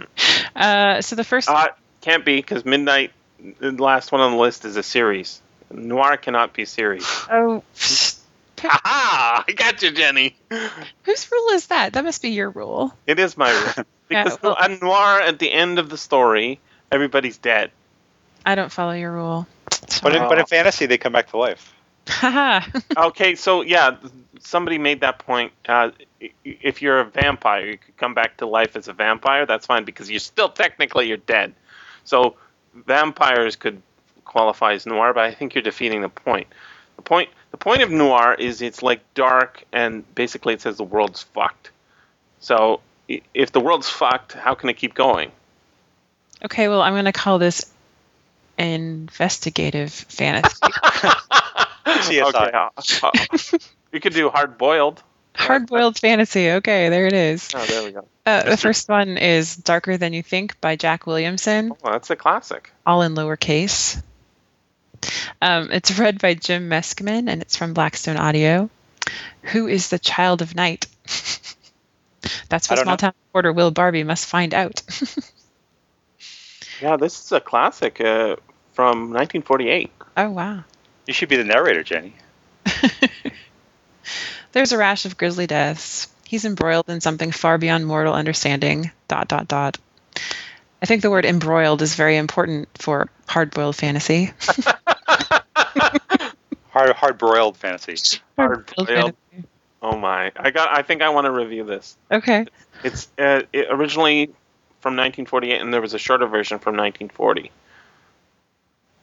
Uh, so the first
Uh, can't be because Midnight, the last one on the list, is a series. Noir cannot be series.
oh,
Aha! Ah, I got you, Jenny.
whose rule is that? That must be your rule.
It is my rule.
Yeah,
Because
well-
a noir at the end of the story, everybody's dead.
I don't follow your rule.
But in,
Oh.
but in fantasy, they come back to life.
Haha.
Okay, so yeah, somebody made that point. Uh, i- if you're a vampire, you could come back to life as a vampire. That's fine because you're still technically you're dead. So vampires could qualify as noir, but I think you're defeating the point. The point the point of noir is it's like dark and basically it says the world's fucked. So i- if the world's fucked, how can it keep going?
okay, well, I'm going to call this investigative fantasy.
CSI. uh, you could do hard boiled.
Hard boiled fantasy. Okay, there it is.
Oh, there we go.
Uh, the first one is Darker Than You Think by Jack Williamson,
Well, that's a classic.
all in lowercase. Um, it's read by Jim Meskman and it's from Blackstone Audio. Who is the child of night? That's
I
what
don't
small
know.
town reporter Will Barbie must find out.
Yeah, this is a classic uh, from 1948.
oh, wow.
You should be the narrator, Jenny.
There's a rash of grisly deaths. He's embroiled in something far beyond mortal understanding. Dot, dot, dot. I think the word embroiled is very important for hard boiled fantasy.
Hard hard boiled fantasy.
Hard-boiled.
fantasy.
Oh my! I got. I think I want to review this.
Okay.
It's uh, it originally from 1948, and there was a shorter version from 1940.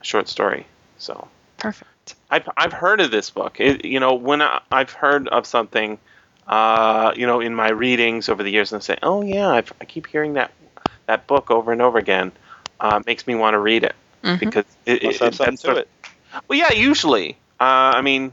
A short story. So
Perfect.
I've I've heard of this book. It, you know, when I, I've heard of something, uh, you know, in my readings over the years, and I say, oh yeah, I've, I keep hearing that that book over and over again. Uh, makes me want to read it
Mhm.
because it, it,
Must have
it,
something
that's sort
to
of-
it.
Well, yeah, usually. Uh, I mean,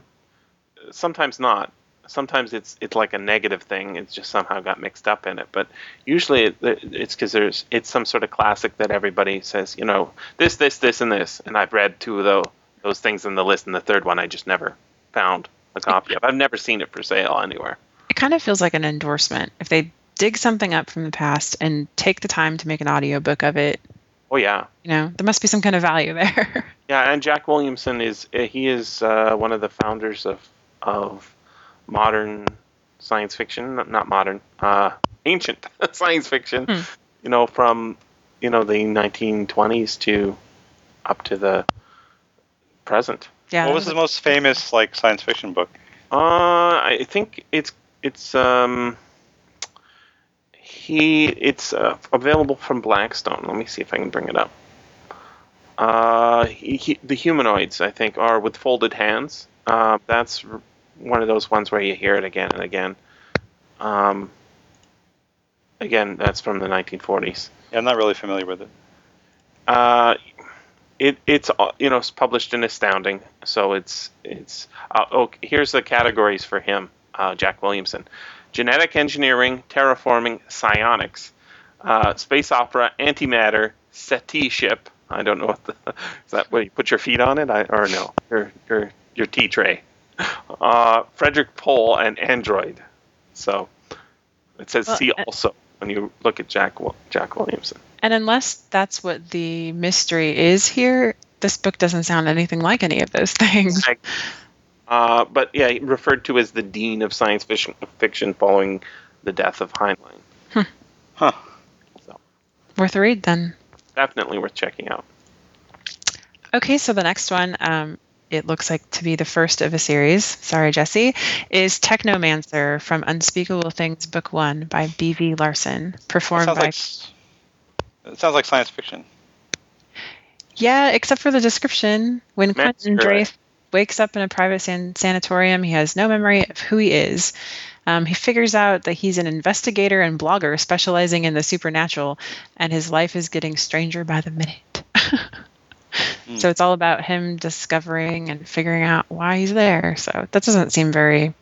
sometimes not. Sometimes it's it's like a negative thing. It's just somehow got mixed up in it. But usually it, it's because there's it's some sort of classic that everybody says, you know, this, this, this, and this. And I've read two of those those things in the list, and the third one I just never found a copy of. I've never seen it for sale anywhere.
It kind of feels like an endorsement. If they dig something up from the past and take the time to make an audiobook of it,
Oh yeah,
you know, there must be some kind of value there.
yeah. And Jack Williamson is uh, he is uh, one of the founders of of modern science fiction, not- not modern, uh, ancient science fiction.
Hmm.
You know, from you know the 1920s to up to the present.
yeah.
What was
that
his most famous like science fiction book?
Uh, I think it's it's um he it's uh, available from Blackstone. Let me see if I can bring it up. Uh, he, he- the humanoids I think are with folded hands. Uh, that's r- one of those ones where you hear it again and again. Um, again, that's from the 1940s.
Yeah, I'm not really familiar with it.
Uh, it it's uh, you know it's published in Astounding, so it's it's uh, oh here's the categories for him, uh, Jack Williamson: genetic engineering, terraforming, psionics, uh, space opera, antimatter, SETI ship. I don't know what the is that what you put your feet on it I, or no your your your tea tray. Uh, Frederick Pohl and Android. So it says
Well,
see
uh,
also when you look at Jack Wil- Jack Williamson.
And unless that's what the mystery is here, this book doesn't sound anything like any of those things.
Like, Uh, but yeah, he referred to as the dean of science fiction, fiction following the death of Heinlein.
Huh.
Worth a read then.
Definitely worth checking out.
Okay, so the next one, um, it looks like to be the first of a series. Sorry, Jesse, is Technomancer from Unspeakable Things Book One by B.V. Larson,
That
performed
sounds
by
like s- it sounds like science fiction.
Yeah, except for the description. When
That's
Quentin
correct.
Drafe wakes up in a private san- sanatorium, he has no memory of who he is. Um, he figures out that he's an investigator and blogger specializing in the supernatural, and his life is getting stranger by the minute. So it's all about him discovering and figuring out why he's there. So that doesn't seem very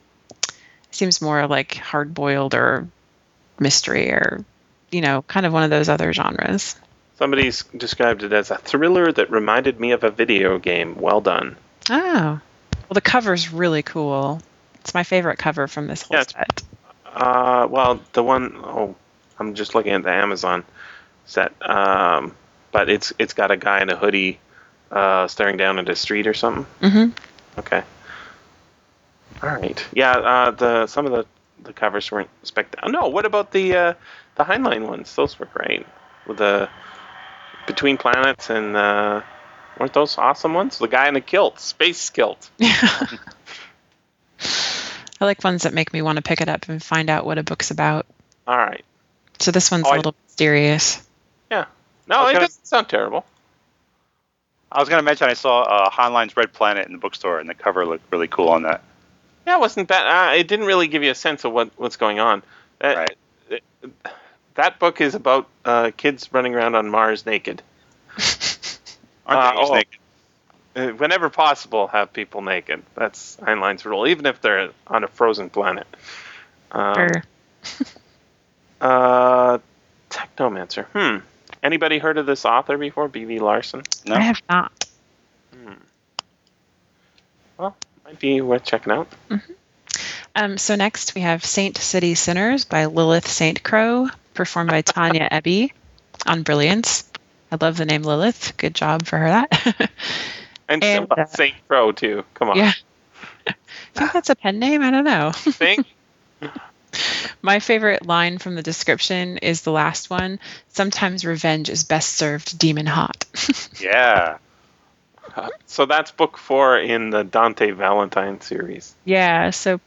seems more like hard boiled or mystery or you know, kind of one of those other genres.
Somebody's described it as a thriller that reminded me of a video game. Well done.
Oh. Well the cover's really cool. It's my favorite cover from this whole
Yeah, it's-
set.
Uh, well, the one oh, I'm just looking at the Amazon set. Um, but it's it's got a guy in a hoodie uh, staring down at a street or something.
hmm
Okay. All right. Yeah. Uh, the some of the the covers weren't spectacular. No. What about the uh, the Heinlein ones? Those were great. With the Between Planets and uh, weren't those awesome ones? The guy in the kilt, space kilt.
I like ones that make me want to pick it up and find out what a book's about.
All right.
So this one's
Oh,
a
I-
little mysterious.
No,
I was
it
gonna-
doesn't sound terrible.
I was going to mention I saw uh, Heinlein's Red Planet in the bookstore, and the cover looked really cool on that.
Yeah, it wasn't bad. Uh, it didn't really give you a sense of what what's going on. Uh,
Right.
That book is about uh, kids running around on Mars naked. Uh,
Aren't they
oh.
naked?
Uh, whenever possible, have people naked. That's Heinlein's rule, even if they're on a frozen planet. Um,
Or-
uh, Technomancer. Hmm. Anybody heard of this author before? B.V. Larson?
No?
I have not.
Might be worth checking out.
Um, so next we have Saint City Sinners by Lilith Saint Crow, performed by Tanya Ebby on Brilliance. I love the name Lilith. Good job for her that.
And,
And,
Simba
uh,
St. Crow, too. Come on.
yeah. I think that's a pen name. I don't know.
Think?
My favorite line from the description is the last one. Sometimes revenge is best served demon hot.
Yeah.
So that's book four in the Dante Valentine series.
yeah, so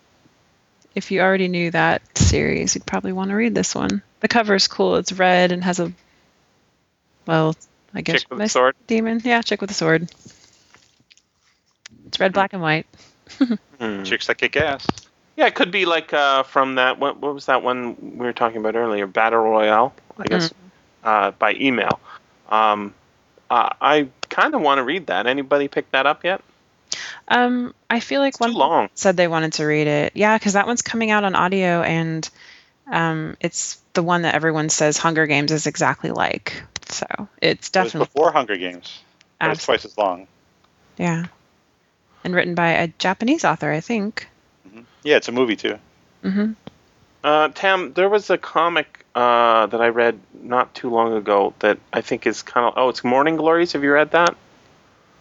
if you already knew that series, you'd probably want to read this one. The cover's cool. It's red and has a well, I guess
Chick with a
most-
sword.
demon. Yeah, chick with a sword. It's red, black, and white.
Hmm.
Chicks that kick ass.
Yeah, it could be like uh, from that. What, what was that one we were talking about earlier? Battle Royale, I guess, uh, by email. Um, uh, I kind of want to read that. Anybody pick that up yet?
Um, I feel like
It's
one
too long.
said they wanted to read it. Yeah, because that one's coming out on audio, and um, it's the one that everyone says Hunger Games is exactly like. So it's
It was
definitely
before Hunger Games. It was
absolutely
twice as long.
yeah, and written by a Japanese author, I think.
Yeah, it's a movie too.
hmm
Uh, Tam, there was a comic uh, that I read not too long ago that I think is kind of. Oh, it's Morning Glories. Have you read that?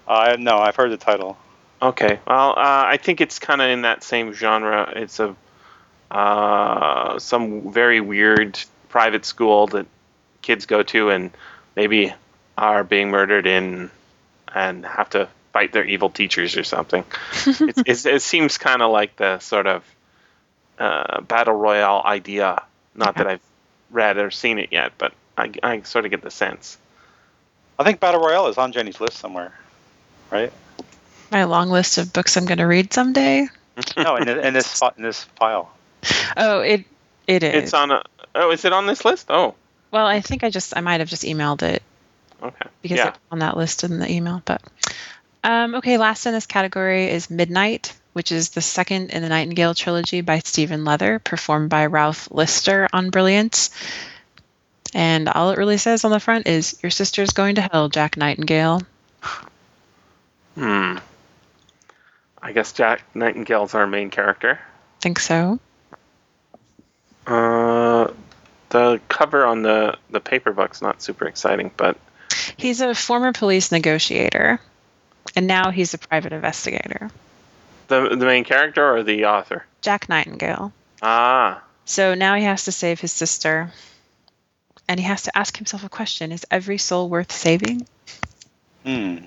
Uh, no, I've heard the title.
Okay. Well, uh, I think it's kind of in that same genre. It's a uh, some very weird private school that kids go to and maybe are being murdered in and have to fight their evil teachers or something. it, it's it seems kind of like the sort of uh, battle royale idea. Not that I've read or seen it yet, but I, I sort of get the sense.
I think Battle Royale is on Jenny's list somewhere, right?
My long list of books I'm going to read someday.
no, in, in this fi- in this file.
Oh, it it is.
It's on a. Oh, is it on this list? Oh,
well, I think I just I might have just emailed it.
okay.
because
yeah.
it's on that list in the email. But um, okay, last in this category is Midnight, which is the second in the Nightingale trilogy by Stephen Leather, performed by Ralph Lister on Brilliance. And all it really says on the front is "Your sister's going to hell, Jack Nightingale."
Hmm. I guess Jack Nightingale's our main character.
Think so?
Uh, the cover on the the paperback's not super exciting, but
He's a former police negotiator, and now he's a private investigator.
the the main character or the author?
Jack Nightingale.
Ah,
So now he has to save his sister, and he has to ask himself a question: Is every soul worth saving?
Hmm.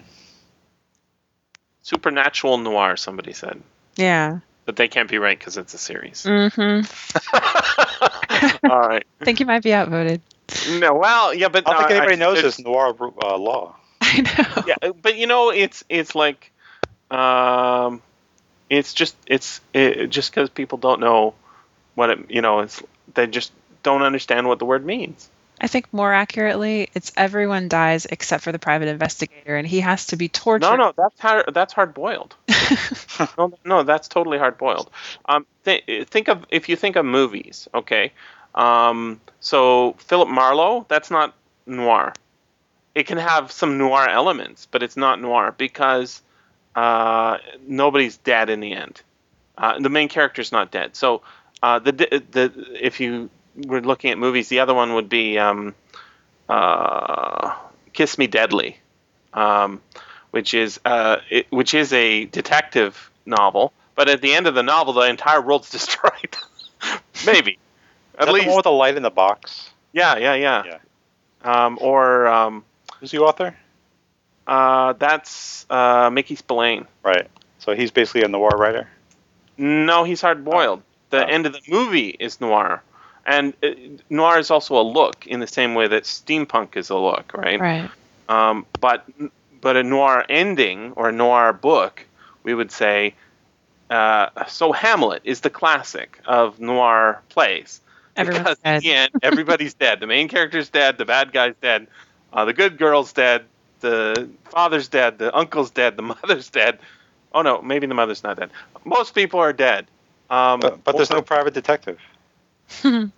supernatural noir. Somebody said,
Yeah.
but they can't be right because it's a series.
Mm.
Mm-hmm.
All right.
I think you might be outvoted.
No, well, yeah, but
I don't
no,
think anybody knows
there's-
this noir uh, law.
I know.
yeah, but you know, it's it's like, um, it's just it's it, just because people don't know what it you know it's they just don't understand what the word means.
I think more accurately, it's everyone dies except for the private investigator, and he has to be tortured.
No, no, that's hard. That's hard boiled. no, no, that's totally hard boiled. Um, th- think of if you think of movies, okay. Um, so Philip Marlowe, that's not noir. It can have some noir elements, but it's not noir because uh, nobody's dead in the end. Uh, the main character's not dead. So uh, the the if you were looking at movies, the other one would be um, uh, Kiss Me Deadly, um, which is uh, it, which is a detective novel. But at the end of the novel, the entire world's destroyed. Maybe,
Is
at
that
least.
the one with the light in the box?
yeah, yeah, yeah.
Yeah.
Um, or um,
Who's the author?
uh, that's uh, Mickey Spillane.
Right. So he's basically a noir writer.
No, he's hard boiled. The
Oh.
end of the movie is noir, and uh, noir is also a look in the same way that steampunk is a look, right?
Right.
Um, but but a noir ending or a noir book, we would say. Uh, so Hamlet is the classic of noir plays
Everyone's
because
dead.
in the end, everybody's dead. The main character's dead. The bad guy's dead. Uh, the good girl's dead. The father's dead. The uncle's dead. The mother's dead. Oh no, maybe the mother's not dead. Most people are dead. Um,
But, but there's no private detective.
uh,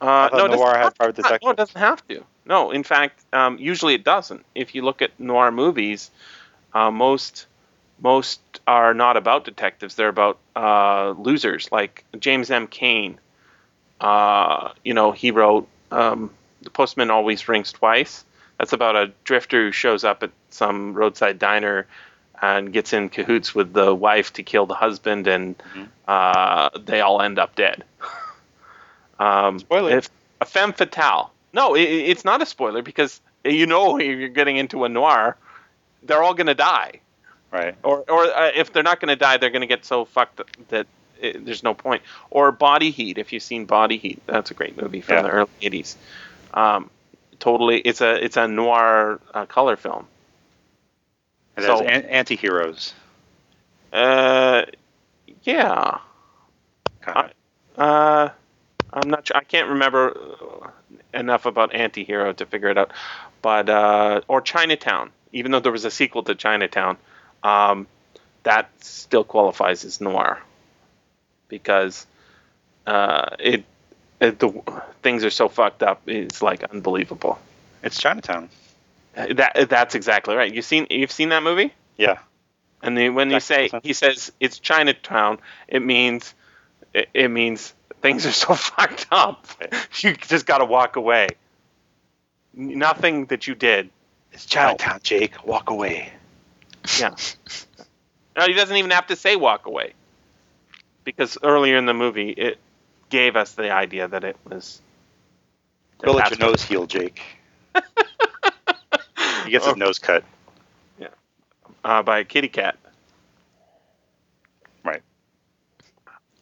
I thought
it doesn't
noir had
have to.
private
No,
detectives.
it doesn't have to. No, in fact, um, usually it doesn't. If you look at noir movies, uh, most most are not about detectives. They're about uh, losers, like James M. Cain. Uh, you know, he wrote um, "The Postman Always Rings Twice." That's about a drifter who shows up at some roadside diner and gets in cahoots with the wife to kill the husband, and uh, they all end up dead. um,
Spoiler.
If a femme fatale. No, it, it's not a spoiler because you know you're getting into a noir. They're all going to die
Right.
or or uh, if they're not going to die, they're going to get so fucked that, that it, there's no point. Or Body Heat, if you've seen Body Heat, that's a great movie from
Yeah.
the early '80s. Um, totally, it's a it's a noir uh, color film.
It
So-
has an- anti-heroes.
Uh, yeah.
Kind of.
Uh, I'm not sure. I can't remember enough about Antihero to figure it out. But uh, or Chinatown, even though there was a sequel to Chinatown, um, that still qualifies as noir because uh, it, it the things are so fucked up. It's like unbelievable.
It's Chinatown.
That that's exactly right. You seen you've seen that movie?
Yeah.
And the, when you say
Exactly.
he says it's Chinatown, it means it, it means things are so fucked up. You just got to walk away. N- Nothing that you did.
It's Chinatown, Jake. Walk away.
Yeah. no, he doesn't even have to say walk away, because earlier in the movie it gave us the idea that it was. that
Go let
that's
your
what-
nose heal, Jake. he gets his nose cut.
uh, by a kitty cat.
Right.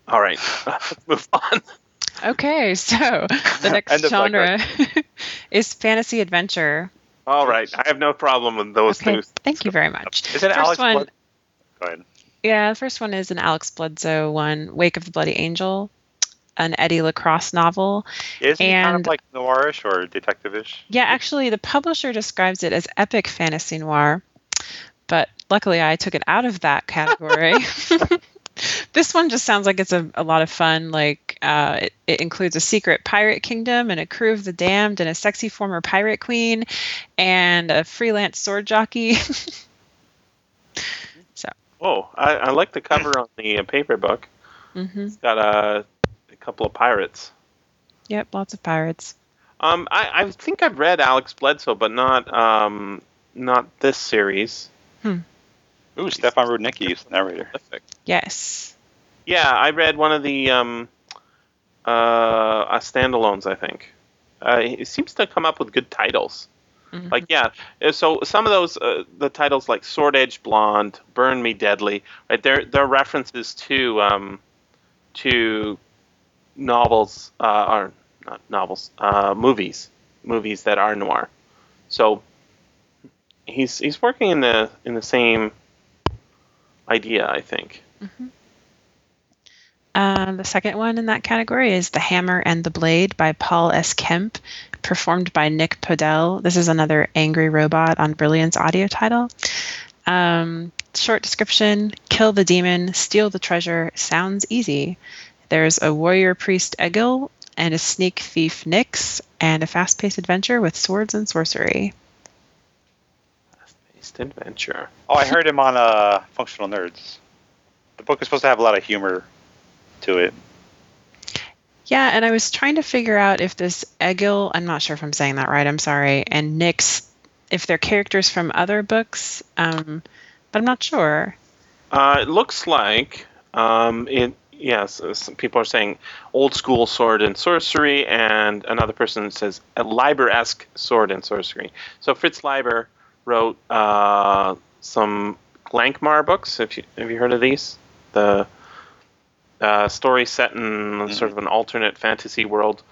All right, move on.
Okay, so the next
End of
genre
background.
is fantasy adventure.
All right, I have no problem with those
Okay,
two.
thank you very much.
Isn't
First
Alex
one-
Blood- Go ahead.
Yeah, the first one is an Alex Bledsoe one, Wake of the Bloody Angel, an Eddie Lacrosse novel.
Is he kind
And-
of like noirish or detective-ish?
Yeah, actually, the publisher describes it as epic fantasy noir, but luckily I took it out of that category. this one just sounds like it's a, a lot of fun. Like, uh, it, it includes a secret pirate kingdom and a crew of the damned and a sexy former pirate queen and a freelance sword jockey.
Oh, I, I like the cover on the uh, paper book.
hmm
It's got a, a couple of pirates.
Yep, lots of pirates.
Um, I, I think I've read Alex Bledsoe, but not um, not this series.
Ooh, Stefan Rudnicki is the narrator.
Terrific.
Yes.
Yeah, I read one of the um, uh, uh, standalones. I think uh, he seems to come up with good titles.
Mhm.
Like yeah, uh, so some of those uh, the titles like Sword Edge Blonde, Burn Me Deadly, right? They're they're references to um, to novels uh, or not novels, uh, movies, movies that are noir. So he's he's working in the in the same idea, I think.
Uh, the second one in that category is The Hammer and the Blade by Paul S. Kemp, performed by Nick Podell. This is another Angry Robot on Brilliance audio title. Um, short description Kill the demon, steal the treasure. Sounds easy. There's a warrior priest Egil and a sneak thief Nix, and a fast paced adventure with swords and sorcery.
Based adventure.
Oh, I heard him on uh, Functional Nerds. The book is supposed to have a lot of humor to it.
Yeah, and I was trying to figure out if this Egil, I'm not sure if I'm saying that right, I'm sorry, and Nix, if they're characters from other books, um, but I'm not sure.
Uh, it looks like um, it. Yes, uh, some people are saying old school sword and sorcery, and another person says a Liber-esque sword and sorcery. So Fritz Leiber wrote uh, some Lankmar books. If you, have you heard of these? The uh, story set in sort of an alternate fantasy world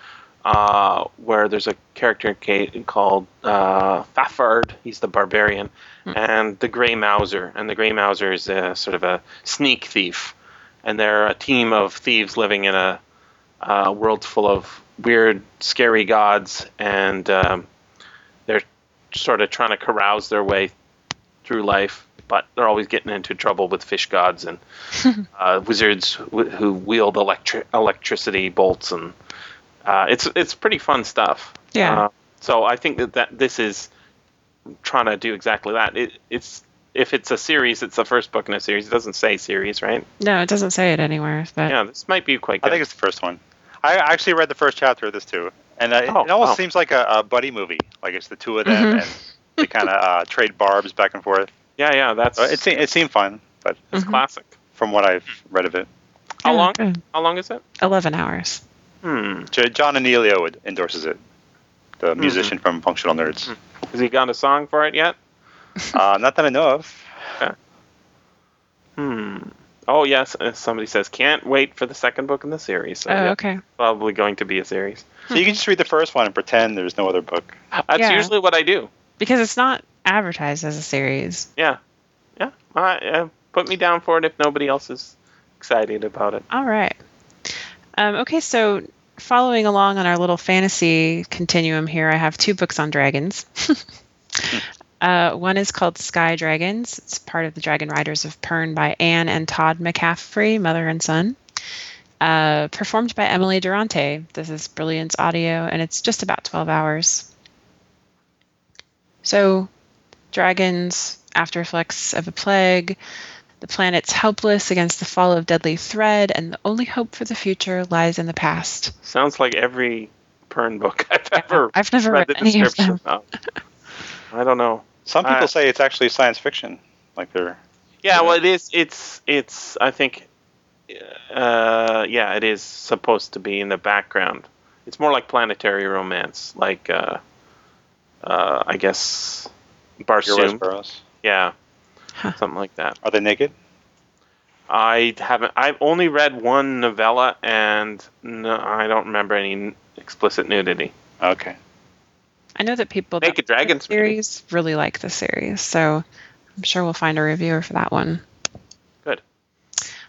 uh, where there's a character ca- called uh, Fafard. He's the barbarian, and the Grey Mauser. And the Grey Mauser is a, sort of a sneak thief, and they're a team of thieves living in a, uh world full of weird, scary gods, and um, they're sort of trying to carouse their way through life. But they're always getting into trouble with fish gods and uh, wizards wh- who wield electri- electricity bolts, and uh, it's it's pretty fun stuff.
Yeah.
Uh, so I think that, that this is trying to do exactly that. It, it's if it's a series, it's the first book in a series. It doesn't say series, right?
No, it doesn't say it anywhere, but
Yeah, this might be quite.
I
Good.
think it's the first one. I actually read the first chapter of this too, and uh, it-
Oh, Mm-hmm.
it almost
wow.
seems like a, a buddy movie. Like it's the two of them, and they kind of uh, trade barbs back and forth.
yeah, yeah, that's
So Uh, it, se- it seemed fun, but
it's classic.
from what I've read of it,
How
Yeah,
long?
good.
How long is it?
11 hours.
Hmm.
J- John Anelio would- endorses it, the
Mm-hmm.
musician from Functional Nerds.
Has he got a song for it yet?
Uh, not that I know of.
Hmm. Oh yes, uh, somebody says can't wait for the second book in the series. So
Oh,
yeah,
okay.
probably going to be a series.
So you can just read the first one and pretend there's no other book.
That's
Yeah.
usually what I do.
Because it's not advertised as a series.
Yeah, yeah. I, uh, put me down for it if nobody else is excited about it.
All right. Um, okay, so following along on our little fantasy continuum here, I have two books on dragons. uh, one is called Sky Dragons. It's part of the Dragon Riders of Pern by Anne and Todd McCaffrey, mother and son. Uh, performed by Emily Durante. This is Brilliance Audio, and it's just about 12 hours. So, dragons, after effects of a plague, the planet's helpless against the fall of deadly thread, and the only hope for the future lies in the past.
Sounds like every Pern book I've ever.
I've never
read the
read, any of
description.
them.
of. I don't know.
Some people
Uh,
say it's actually science fiction. Like they're
Yeah,
Yeah.
well, it is. It's it's. I think. Uh, yeah, it is supposed to be in the background. It's more like planetary romance, like uh, uh, I guess
heroes
Barsoom.
burrows.
Yeah,
Huh.
something like that.
Are they naked?
I haven't. I've only read one novella, and no, I don't remember any n- explicit nudity.
Okay.
I know that people that
Naked Dragons. maybe.
series really like the series, so I'm sure we'll find a reviewer for that one.
Good.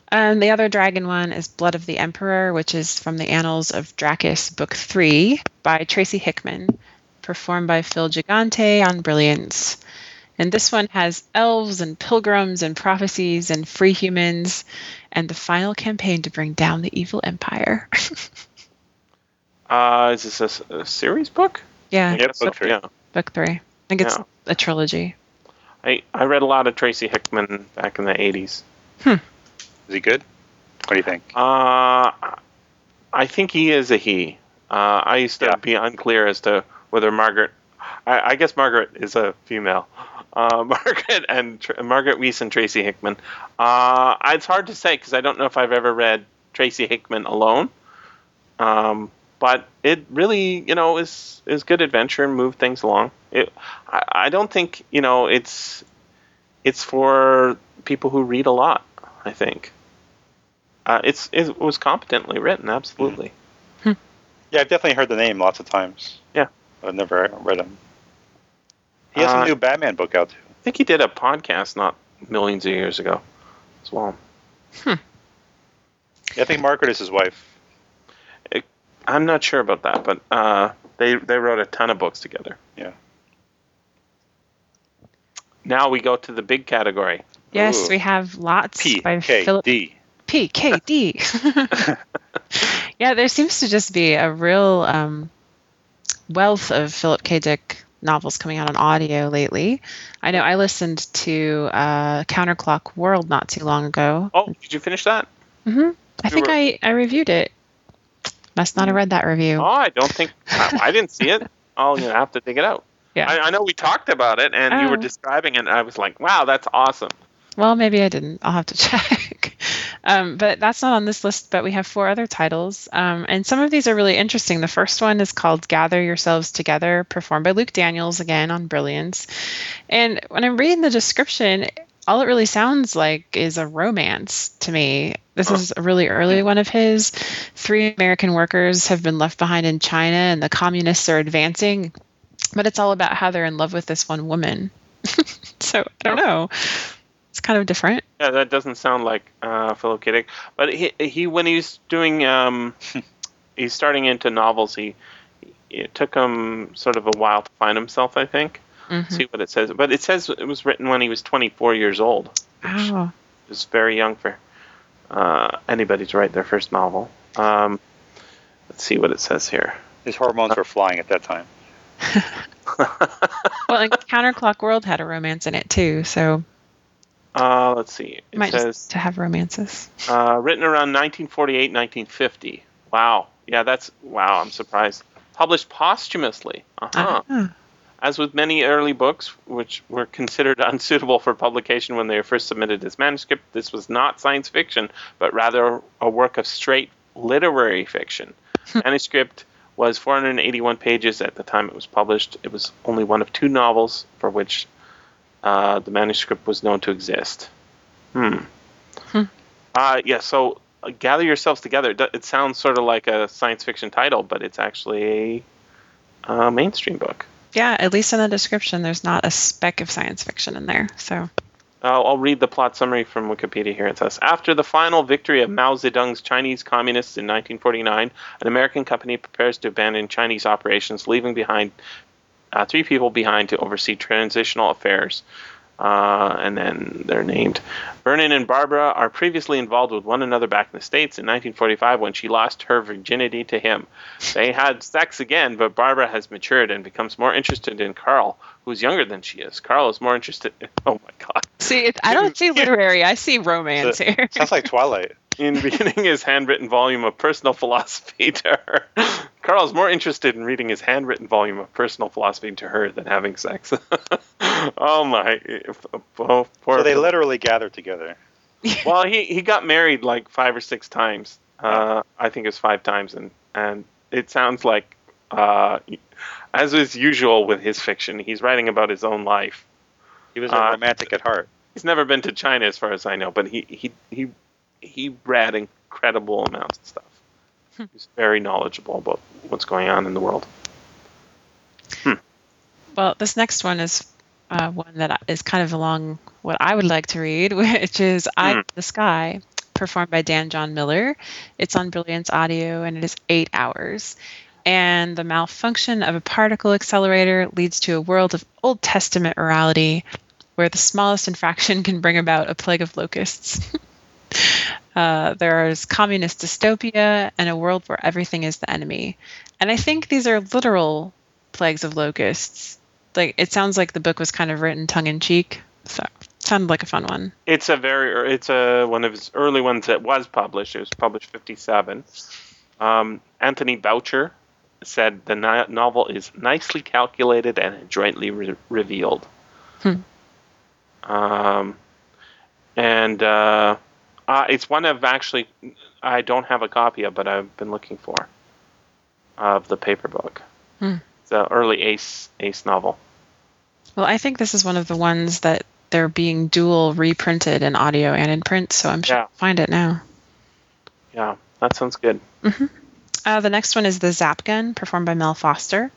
And Um, the other dragon one is Blood of the Emperor, which is from the Annals of Dracus, Book 3 by Tracy Hickman, performed by Phil Gigante on Brilliance. And this one has elves and pilgrims and prophecies and free humans and the final campaign to bring down the evil empire.
Uh, is this a s- a, series book?
yeah,
Yep, book three.
Yeah.
Book 3. I think it's
Yeah.
a trilogy.
I, I read a lot of Tracy Hickman back in the 80s.
Is he good? What do you think?
Uh, I think he is a he. Uh, I used to
Yeah.
be unclear as to whether Margaret. I, I guess Margaret is a female. Uh, Margaret and Tr- Margaret Weiss and Tracy Hickman. Uh, it's hard to say because I don't know if I've ever read Tracy Hickman alone. Um, but it really, you know, is is good adventure and move things along. It, I, I don't think you know it's it's for people who read a lot. I think uh, it's it was competently written, absolutely.
Yeah, I've definitely heard the name lots of times.
Yeah.
But I've never read him. He has
Uh,
a new Batman book out too.
I think he did a podcast not millions of years ago as well.
I think Margaret is his wife.
I'm not sure about that, but uh, they they wrote a ton of books together.
Yeah.
Now we go to the big category.
Yes,
Ooh.
we have lots
P
by
K
Philip
D.
P K D. yeah, there seems to just be a real um, wealth of Philip K. Dick novels coming out on audio lately. I know I listened to uh, Counterclock World not too long ago.
Oh, did you finish that?
hmm I think
Sure.
I, I reviewed it. Must not have read that review.
Oh, I don't think I, I didn't see it. I'll you know, have to dig it out.
Yeah.
I, I know we talked about it, and you were
Oh.
describing it, and I was like, "Wow, that's awesome."
Well, maybe I didn't. I'll have to check. Um, but that's not on this list, but we have four other titles. Um, and some of these are really interesting. The first one is called Gather Yourselves Together, performed by Luke Daniels again on Brilliance. And when I'm reading the description, all it really sounds like is a romance to me. This is a really early one of his. Three American workers have been left behind in China, and the communists are advancing. But it's all about how they're in love with this one woman. so I don't know. It's kind of different.
Yeah, that doesn't sound like uh, Philip K. Dick. But he, he when he's doing, um, he's starting into novels. He it took him sort of a while to find himself. I think.
Mhm.
See what it says, but it says it was written when he was 24 years old.
Oh,
It's very young for uh, anybody to write their first novel. Um, let's see what it says here.
His hormones were flying at that time.
well, and Counterclock World had a romance in it too, so
Uh, let's see. It
might
says
just to have romances.
uh, written around 1948, 1950. Wow. Yeah, that's wow. I'm surprised. Published posthumously. Uh-huh.
Ah.
As with many early books, which were considered unsuitable for publication when they were first submitted as manuscript, this was not science fiction, but rather a work of straight literary fiction. manuscript was 481 pages at the time it was published. It was only one of two novels for which uh, the manuscript was known to exist. Hmm.
Hmm.
Uh, yeah, so uh, Gather Yourselves Together. It do- It sounds sort of like a science fiction title, but it's actually a uh, mainstream book.
Yeah, at least in the description, there's not a speck of science fiction in there. So,
I'll I'll read the plot summary from Wikipedia here. It says After the final victory of Mao Zedong's Chinese communists in 1949, an American company prepares to abandon Chinese operations, leaving behind uh, three people behind to oversee transitional affairs. Uh, and then they're named. Vernon and Barbara are previously involved with one another back in the States in 1945 when she lost her virginity to him. They had sex again, but Barbara has matured and becomes more interested in Carl, who's younger than she is. Carl is more interested. oh my God.
see, it, I don't see literary; I see romance here.
Sounds like Twilight.
in reading his handwritten volume of personal philosophy to her. Carl's more interested in reading his handwritten volume of personal philosophy to her than having sex. oh my! Oh, poor
So they literally gathered together.
well, he, he got married like five or six times. Uh, I think it was five times, and and it sounds like, uh, as is usual with his fiction, he's writing about his own life.
He was a
Uh,
romantic at heart.
He's never been to China, as far as I know, but he he he he read incredible amounts of stuff. He's very knowledgeable about what's going on in the world.
Well, this next one is uh, one that I- is kind of along what I would like to read, which is "I
Hmm.
in the Sky," performed by Dan John Miller. It's on Brilliance Audio, and it is eight hours. And the malfunction of a particle accelerator leads to a world of Old Testament morality, where the smallest infraction can bring about a plague of locusts. Uh, there is communist dystopia and a world where everything is the enemy. And I think these are literal plagues of locusts. Like it sounds like the book was kind of written tongue in cheek, so sounded like a fun one.
It's a very ear- it's a one of his early ones that was published. It was published fifty seven. Um, Anthony Boucher said the no- novel is nicely calculated and adroitly re- revealed.
Hmm.
Um, and uh, uh, it's one of actually I don't have a copy of, but I've been looking for of the paper book.
Hmm.
It's an early Ace Ace novel.
Well, I think this is one of the ones that they're being dual reprinted in audio and in print, so I'm sure
Yeah.
I'll find it now.
Yeah, that sounds good.
Uh, the next one is The Zap Gun, performed by Mel Foster.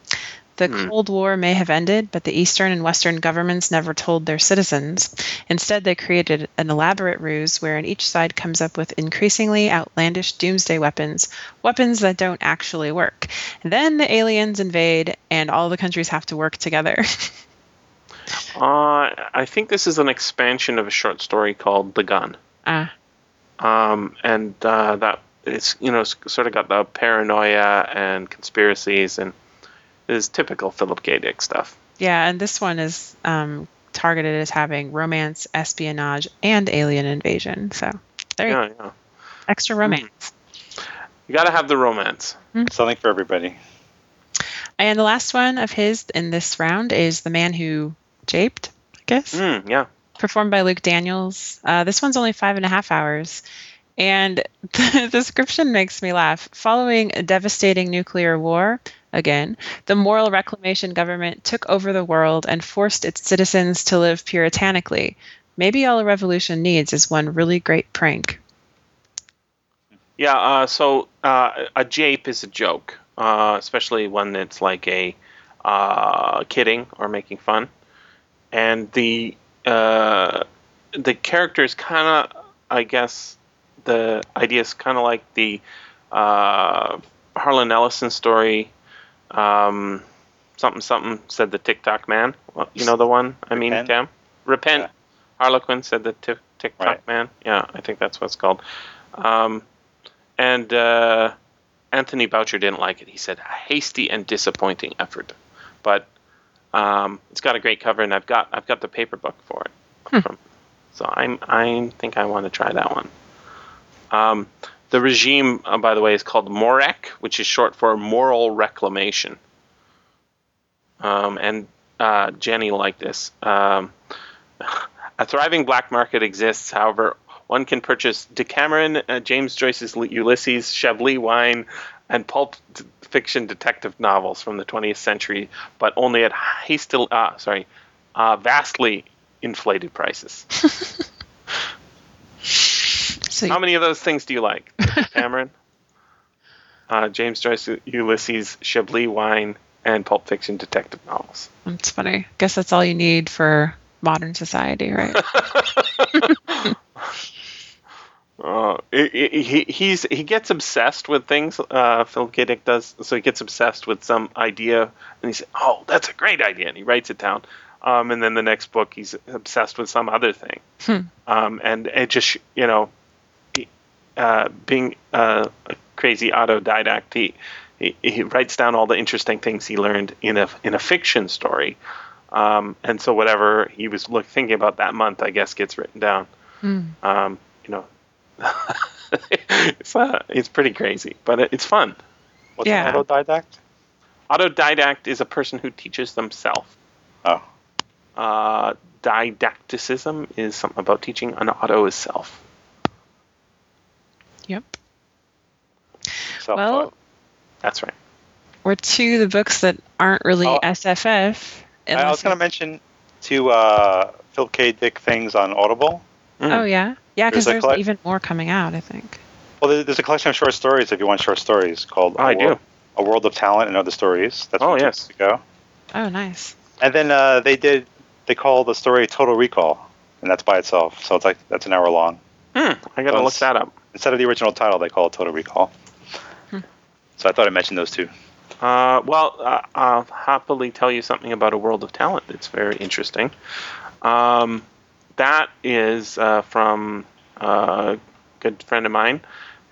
The
Hmm.
Cold War may have ended, but the Eastern and Western governments never told their citizens. Instead, they created an elaborate ruse wherein each side comes up with increasingly outlandish doomsday weapons, weapons that don't actually work. Then the aliens invade, and all the countries have to work together.
Uh, I think this is an expansion of a short story called The Gun.
Ah,
um, and uh, that it's you know sort of got the paranoia and conspiracies and is typical Philip K. Dick stuff.
yeah, and this one is um, targeted as having romance, espionage, and alien invasion. So there you go.
Yeah, yeah. Mm-hmm.
Extra romance.
You got to have the romance.
Something for everybody.
And the last one of his in this round is The Man Who Japed, I guess,
Mm, yeah.
performed by Luke Daniels. Uh, this one's only five and a half hours. And the description makes me laugh. Following a devastating nuclear war, again, the moral reclamation government took over the world and forced its citizens to live puritanically. Maybe all a revolution needs is one really great prank.
Yeah, uh, so uh, a jape is a joke, uh, especially one that's like a uh, kidding or making fun. And the uh, the character is kind of, I guess, the idea is kind of like the uh, Harlan Ellison story. Um, something something said the TikTok man. Well, You know the one? I mean,
Repent?
damn. Repent.
Yeah.
Harlequin said the Tik TikTok
Right.
man. Yeah, I think that's what it's called. Um, and uh, Anthony Boucher didn't like it. He said a hasty and disappointing effort, but um, it's got a great cover, and I've got I've got the paper book for it. From, so I'm I think I want to try that one. Um, the regime, uh, by the way, is called MOREC, which is short for Moral Reclamation. Um, and uh, Jenny liked this. Um, a thriving black market exists. However, one can purchase Decameron, uh, James Joyce's L- Ulysses, Chablis wine, and pulp d- fiction detective novels from the 20th century, but only at hastily, uh, sorry, uh, vastly inflated prices.
So
How many of those things do you like, Cameron? uh, James Joyce, Ulysses, Chablis wine, and pulp fiction detective novels.
That's funny. Guess that's all you need for modern society, right?
Uh, it, it, he he's he gets obsessed with things. Uh, Phil K. Dick does so. He gets obsessed with some idea, and he says, "Oh, that's a great idea," and he writes it down. Um, and then the next book, he's obsessed with some other thing. Um, and it just you know, he- uh, being uh, a crazy autodidact, he, he he writes down all the interesting things he learned in a in a fiction story. Um, and so whatever he was look, thinking about that month, I guess, gets written down. Um, you know, it's uh, it's pretty crazy, but it, it's fun.
What's
Yeah.
an autodidact?
Autodidact is a person who teaches themselves.
Oh,
Uh, didacticism is something about teaching an auto is self.
yep.
self-taught.
Well,
That's right.
We're to the books that aren't really
Oh.
SFF.
I was
unless
going to mention two uh, Phil K. Dick things on Audible.
you- oh yeah, yeah, because
There's a
there's
collect-
even more coming out. I think.
Well, there- there's a collection of short stories if you want short stories called
Oh, I
a,
do.
World, a World of Talent and Other Stories. That's
Oh,
from two
yes.
weeks ago.
Oh nice.
And then uh, they did, they call the story Total Recall, and that's by itself. So it's like, that's an hour long.
Hmm, I gotta look
Those-
that up.
Instead of the original title, they call it Total Recall. So I thought I mentioned those two.
Uh, well, uh, I'll happily tell you something about a world of talent that's very interesting. Um, that is uh, from uh, a good friend of mine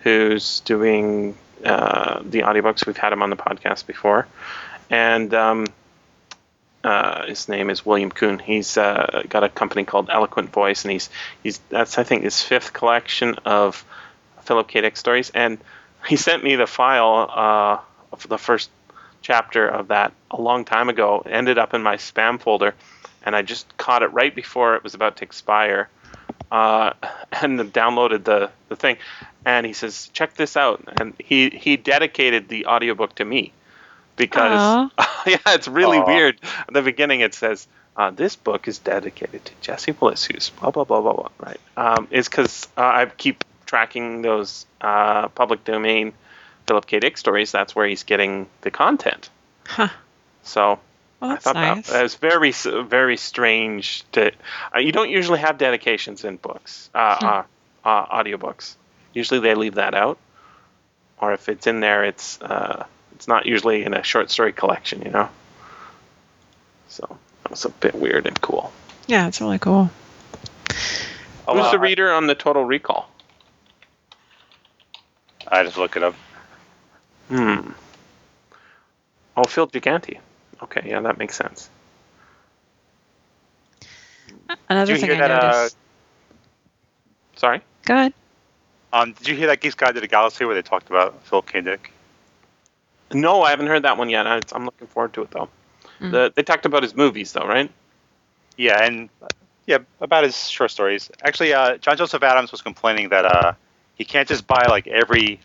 who's doing uh, the audiobooks. We've had him on the podcast before. And um, uh, his name is William Kuhn. He's uh, got a company called Eloquent Voice, and he's, he's that's, I think, his fifth collection of Philip K. Dick stories. And he sent me the file uh, of the first chapter of that a long time ago. It ended up in my spam folder, and I just caught it right before it was about to expire, uh, and then downloaded the, the thing. And he says, "Check this out." And he he dedicated the audiobook to me because yeah, it's really
Aw.
weird. At the beginning, it says. Uh, this book is dedicated to Jesse Willis, who's blah blah blah blah blah. Right? Um, it's because uh, I keep tracking those uh, public domain Philip K. Dick stories. That's where he's getting the content.
Huh.
So
Well,
I
that's
thought
nice.
that, that was very s- very strange. To uh, you don't usually have dedications in books, uh,
Hmm.
uh, uh, audiobooks. Usually they leave that out, or if it's in there, it's uh, it's not usually in a short story collection. You know, so that was a bit weird and cool.
yeah, it's really cool.
Oh,
Who's
wow.
the reader on the Total Recall?
I just look it up.
Hmm. Oh, Phil Giganti. Okay, yeah, that makes sense.
Another
Did you
thing I
hear that, uh,
noticed.
Sorry.
Go ahead.
Um, did you hear that Geeks Guide to the Galaxy where they talked about Philip K. Dick?
No, I haven't heard that one yet. I, I'm looking forward to it though.
Mm.
The, they talked about his movies though, right?
Yeah, and uh, yeah, about his short stories. Actually, uh, John Joseph Adams was complaining that uh, he can't just buy like every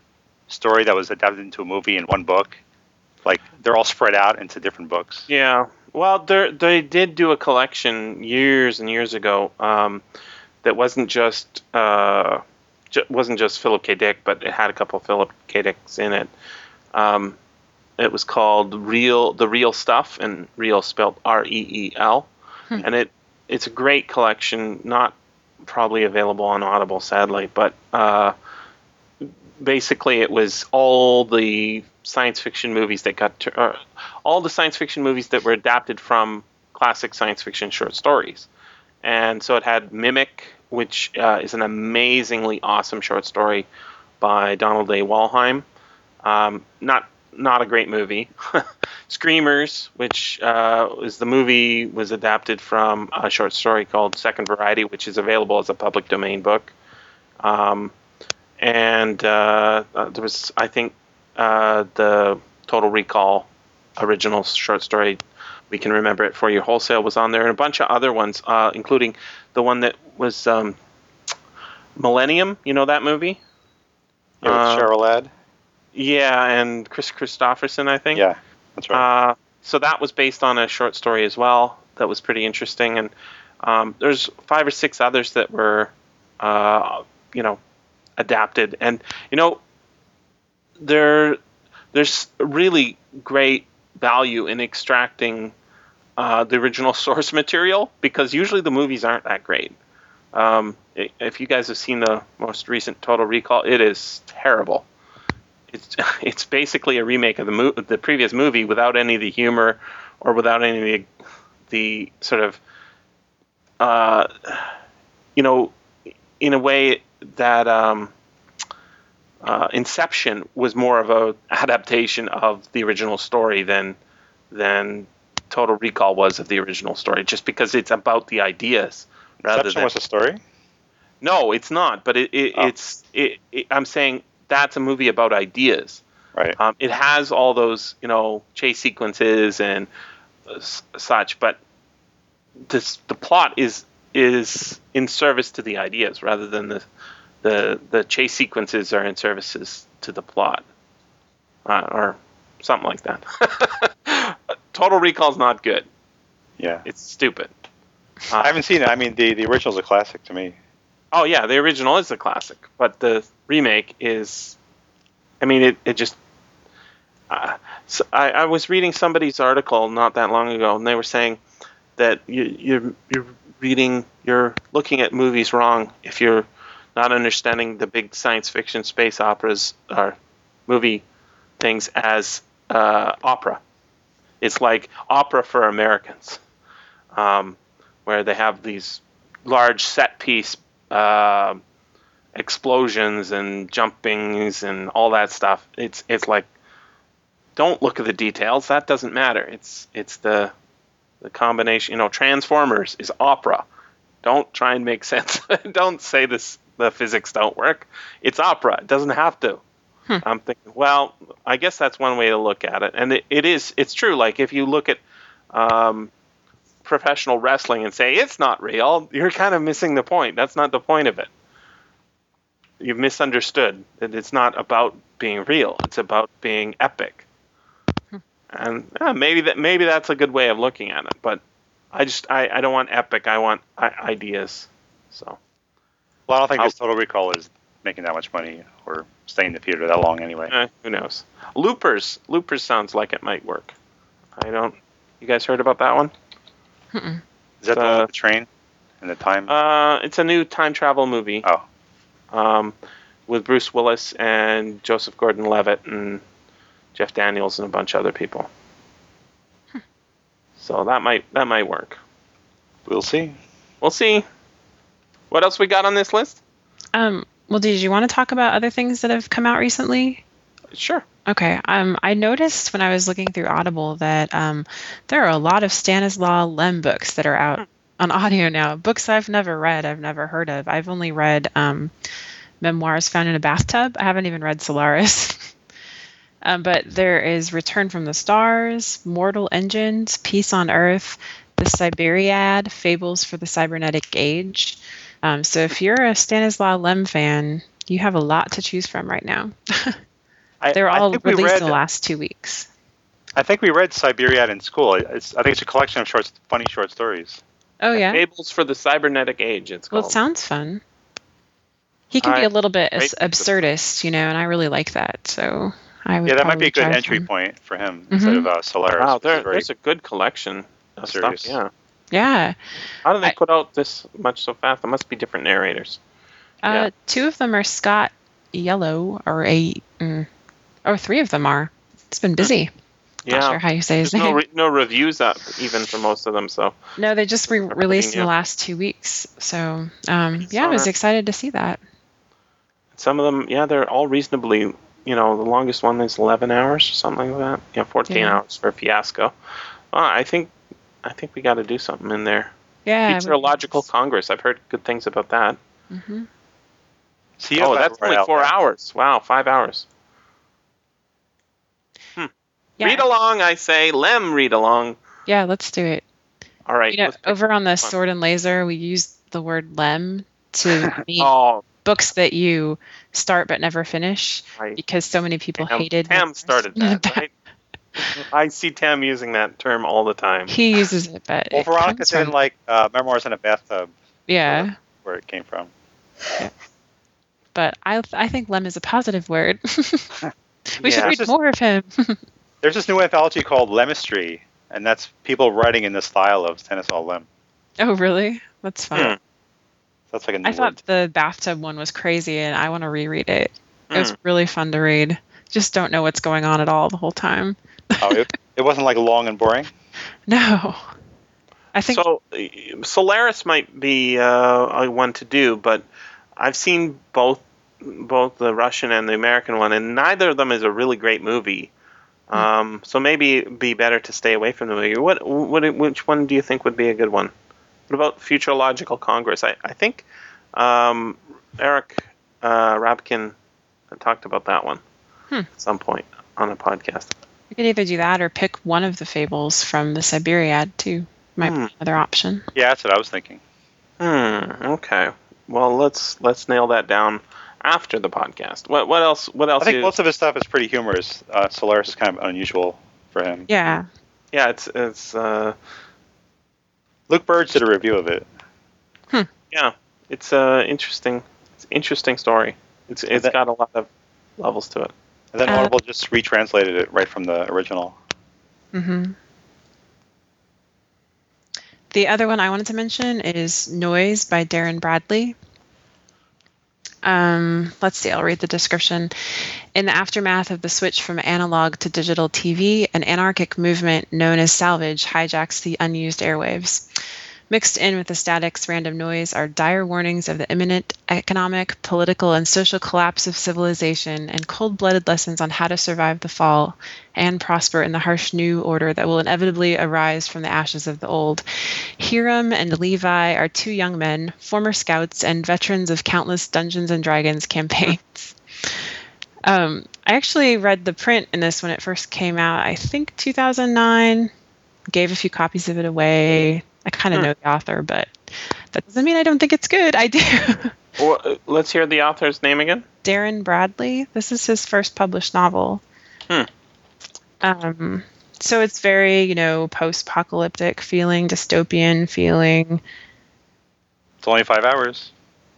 story that was adapted into a movie in one book. Like they're all spread out into different books.
Yeah. Well, they they did do a collection years and years ago um, that wasn't just uh, ju- wasn't just Philip K. Dick, but it had a couple of Philip K. Dicks in it. Um, it was called Real the Real Stuff, and Real spelled R E E L, and it it's a great collection. Not probably available on Audible, sadly, but. Uh, basically it was all the science fiction movies that got to, uh, all the science fiction movies that were adapted from classic science fiction short stories and so it had mimic which uh, is an amazingly awesome short story by donald a walheim um, not not a great movie screamers which uh, is the movie was adapted from a short story called second variety which is available as a public domain book um, and uh, uh, there was I think uh, the Total Recall original short story. We can remember it for your wholesale was on there, and a bunch of other ones, uh, including the one that was um, Millennium. You know that movie?
Yeah,
Uh,
with Cheryl Ladd.
Yeah, and Chris Christopherson, I think.
Yeah, that's right.
Uh, so that was based on a short story as well. That was pretty interesting, and um, there's five or six others that were, uh, you know, adapted. And you know, there there's really great value in extracting uh, the original source material because usually the movies aren't that great. Um, i- if you guys have seen the most recent Total Recall, it is terrible it's it's basically a remake of the mo- the previous movie without any of the humor or without any of the the sort of uh, you know in a way that um, uh, Inception was more of a adaptation of the original story than than Total Recall was of the original story just because it's about the ideas rather
Inception
than
was the story.
no it's not but it, it
Oh.
it's it, it, I'm saying that's a movie about ideas
Right.
um, it has all those, you know, chase sequences and uh, s- such, but this the plot is is in service to the ideas rather than the the the chase sequences are in services to the plot, uh, or something like that. Total Recall's not good.
yeah.
It's stupid.
I haven't seen it. I mean, the the original's a classic to me.
Oh yeah, the original is a classic, but the remake is. I mean, it it just. Uh, so I, I was reading somebody's article not that long ago, and they were saying that you, you're you're reading you're looking at movies wrong if you're not understanding the big science fiction space operas or movie things as uh, opera. It's like opera for Americans, um, where they have these large set piece uh, explosions and jumpings and all that stuff. It's it's like don't look at the details. That doesn't matter. It's it's the the combination. You know, Transformers is opera. Don't try and make sense. don't say this. The physics don't work. It's opera. It doesn't have to. I'm thinking. Well, I guess that's one way to look at it, and it, it is. It's true. Like if you look at um, professional wrestling and say it's not real, you're kind of missing the point. That's not the point of it. You've misunderstood that it's not about being real. It's about being epic. And yeah, maybe that maybe that's a good way of looking at it. But I just I, I don't want epic. I want I- ideas. So
Well, I don't think
I'll-
this Total Recall is making that much money or staying in the theater that long anyway.
eh, who knows? Loopers. Loopers sounds like it might work. I don't You guys heard about that one?
Is that
Uh,
the one with the train and the time?
Uh, it's a new time travel movie
oh,
um, with Bruce Willis and Joseph Gordon-Levitt and Jeff Daniels and a bunch of other people.
Hmm.
So that might that might work.
we'll see.
We'll see. What else we got on this list?
Um, well, did you want to talk about other things that have come out recently?
Sure.
Okay. Um, I noticed when I was looking through Audible that um, there are a lot of Stanislaw Lem books that are out on audio now. Books I've never read, I've never heard of. I've only read um, Memoirs Found in a Bathtub. I haven't even read Solaris. um, but there is Return from the Stars, Mortal Engines, Peace on Earth, The Siberiad, Fables for the Cybernetic Age. Um, so if you're a Stanislaw Lem fan, you have a lot to choose from right now.
I,
They're
I
all
think
released
we read,
in the last two weeks.
I think we read Siberiad in school. It's, I think it's a collection of short, funny short stories.
Oh yeah.
Fables for the Cybernetic Age. It's called.
Well, it sounds fun. He can be
I-
a little bit
Right.
as absurdist, you know, and I really like that. So I would.
yeah, that might be
probably
a good
try
entry
some.
point for him
Mm-hmm.
instead of uh, Solaris.
wow,
which is
there,
very-
there's a good collection of
Serious.
stuff. Yeah.
Yeah.
How do they
I-
put out this much so fast? There must be different narrators.
Uh,
Yeah.
Two of them are Scott Yellow, or a, mm, or three of them are. It's been busy. Not sure
Yeah.
how you say his
There's no
name.
re- no reviews up even for most of them. So
no, they just re- released in
yeah.
the last two weeks. So um, yeah, I
saw
was
that.
excited to see that.
some of them, yeah, they're all reasonably. You know, the longest one is 11 hours or something like that. Yeah, 14
Yeah.
hours for Fiasco. Well, I think I think we got to do something in there.
Yeah. I would-
Meteorological Congress. I've heard good things about that.
Mhm.
See,
oh,
if I
that's
were
only
out
four
there-
hours. Wow, five hours.
Yeah.
Read along, I say. Lem, read along.
yeah. Let's do it.
All right.
you know,
let's pick-
over on the
one.
sword and laser, we use the word lem to mean
oh,
books that you start but never finish
right.
because so many people
Tam,
hated.
Tam
Memoirs.
started that, right? I see Tam using that term all the time.
He uses it, but
Well,
it
Veronica
comes
didn't
from-
like uh, Memoirs in a Bathtub,
yeah.
where it came from.
But I, I think lem is a positive word. we
Yeah.
should read
Just-
more of him.
There's this new anthology called Lemistry, and that's people writing in the style of Stanislaw Lem.
oh, really? That's fun.
That's
Hmm.
like a new
I
word.
thought the bathtub one was crazy, and I want to reread it. It was
Mm.
really fun to read. Just don't know what's going on at all the whole time.
Oh, it, it wasn't like long and boring.
No. I think
so uh, Solaris might be uh, a one to do, but I've seen both both the Russian and the American one, and neither of them is a really great movie. Um, So maybe it'd be better to stay away from the movie. What, what which one do you think would be a good one? What about Futurological Congress? I, I think um, Eric uh, Rabkin talked about that one at some point on a podcast.
We could either do that or pick one of the fables from the Siberiad too. Might
Hmm.
be another option.
Yeah, that's what I was thinking.
Hmm. Okay. Well, let's let's nail that down after the podcast. What what else? What else?
I think
is-
most of his stuff is pretty humorous. Uh, Solaris is kind of unusual for him.
Yeah.
yeah, it's it's uh,
Luke Burge did a review of it.
yeah, it's uh, interesting. It's an interesting story. It's it's
that-
got a lot of levels to it.
And then
Uh,
Audible just retranslated it right from the original.
hmm The other one I wanted to mention is Noise by Darren Bradley. Um, let's see, I'll read the description. In the aftermath of the switch from analog to digital TV, an anarchic movement known as salvage hijacks the unused airwaves. Mixed in with the static's random noise are dire warnings of the imminent economic, political, and social collapse of civilization and cold blooded lessons on how to survive the fall and prosper in the harsh new order that will inevitably arise from the ashes of the old. Hiram and Levi are two young men, former scouts and veterans of countless Dungeons and Dragons campaigns. Um, I actually read the print in this when it first came out, I think 2009 gave a few copies of it away. I kind of
Hmm.
know the author, but that doesn't mean I don't think it's good. I do.
Well, uh, let's hear the author's name again.
Darren Bradley. This is his first published novel.
Hmm.
Um, so it's very, you know, post-apocalyptic feeling, dystopian feeling.
It's only five hours.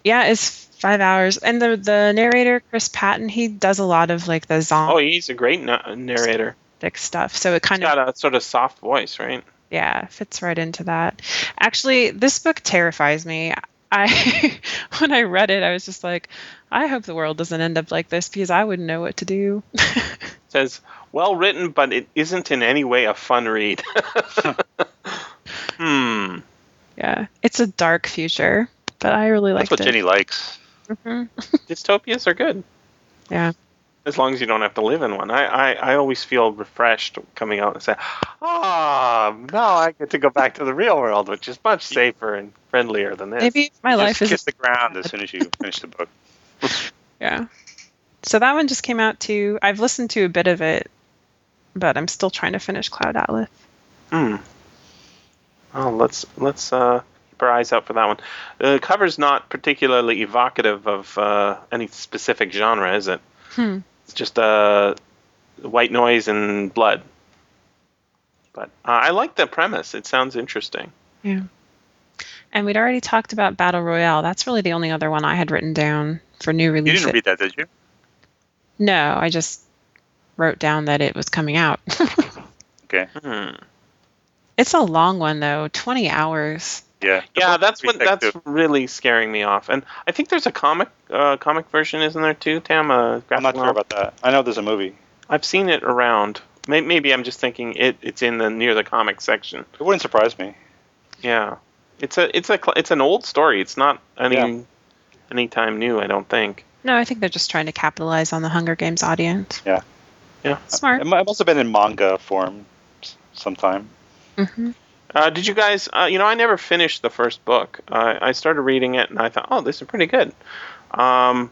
Yeah, it's five hours, and the the narrator Chris Patton he does a lot of like the
Oh,
zombie
he's a great na- narrator.
stuff. So it
He's
kind of
got a sort of soft voice, right?
Yeah, fits right into that. Actually, this book terrifies me. I when I read it, I was just like, I hope the world doesn't end up like this because I wouldn't know what to do.
says well written, but it isn't in any way a fun read. hmm.
yeah, it's a dark future, but I really
That's
liked
what
it.
Jenny likes.
Mhm.
Dystopias are good.
Yeah.
As long as you don't have to live in one. I, I, I always feel refreshed coming out and say, ah, now I get to go back to the real world, which is much safer and friendlier than this.
Maybe my
Just
life is
kiss the ground as soon as you finish the book.
Yeah. So that one just came out too. I've listened to a bit of it, but I'm still trying to finish Cloud Atlas.
Hmm. Oh, let's let's uh, keep our eyes out for that one. The cover's not particularly evocative of uh, any specific genre, is it?
Hmm.
It's just uh, white noise and blood. But uh, I like the premise. It sounds interesting.
And we'd already talked about Battle Royale. That's really the only other one I had written down for new
You
release.
didn't read that, did you?
no, I just wrote down that it was coming out.
Okay.
Mm.
Hmm.
it's a long one though, 20 hours.
Yeah. The
Yeah,
book
that's
is
what that's
effective.
really scaring me off. And I think there's a comic uh, comic version, isn't there too, Tam? Uh,
I'm not sure about that. I know there's a movie.
I've seen it around. May- Maybe I'm just thinking it, it's in the near the comic section.
It wouldn't surprise me.
Yeah, it's a it's a cl- it's an old story. It's not any
Yeah.
anytime new. I don't think.
No, I think they're just trying to capitalize on the Hunger Games audience.
Yeah.
Yeah.
Smart.
It mu- it must have been in manga form s- sometime.
hmm
Uh, did you guys? Uh, you know, I never finished the first book. Uh, I started reading it and I thought, oh, this is pretty good. Um,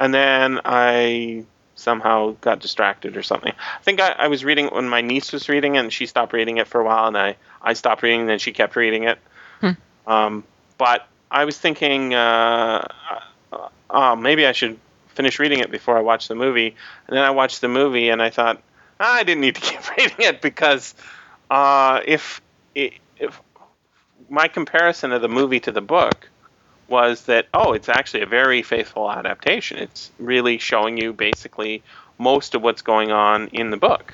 and then I somehow got distracted or something. I think I, I was reading it when my niece was reading it, and she stopped reading it for a while, and I I stopped reading, and then she kept reading it.
Hmm.
Um, but I was thinking, uh, uh, oh, maybe I should finish reading it before I watch the movie. And then I watched the movie, and I thought, "Ah, I didn't need to keep reading it because uh, if i- if my comparison of the movie to the book was that oh it's actually a very faithful adaptation it's really showing you basically most of what's going on in the book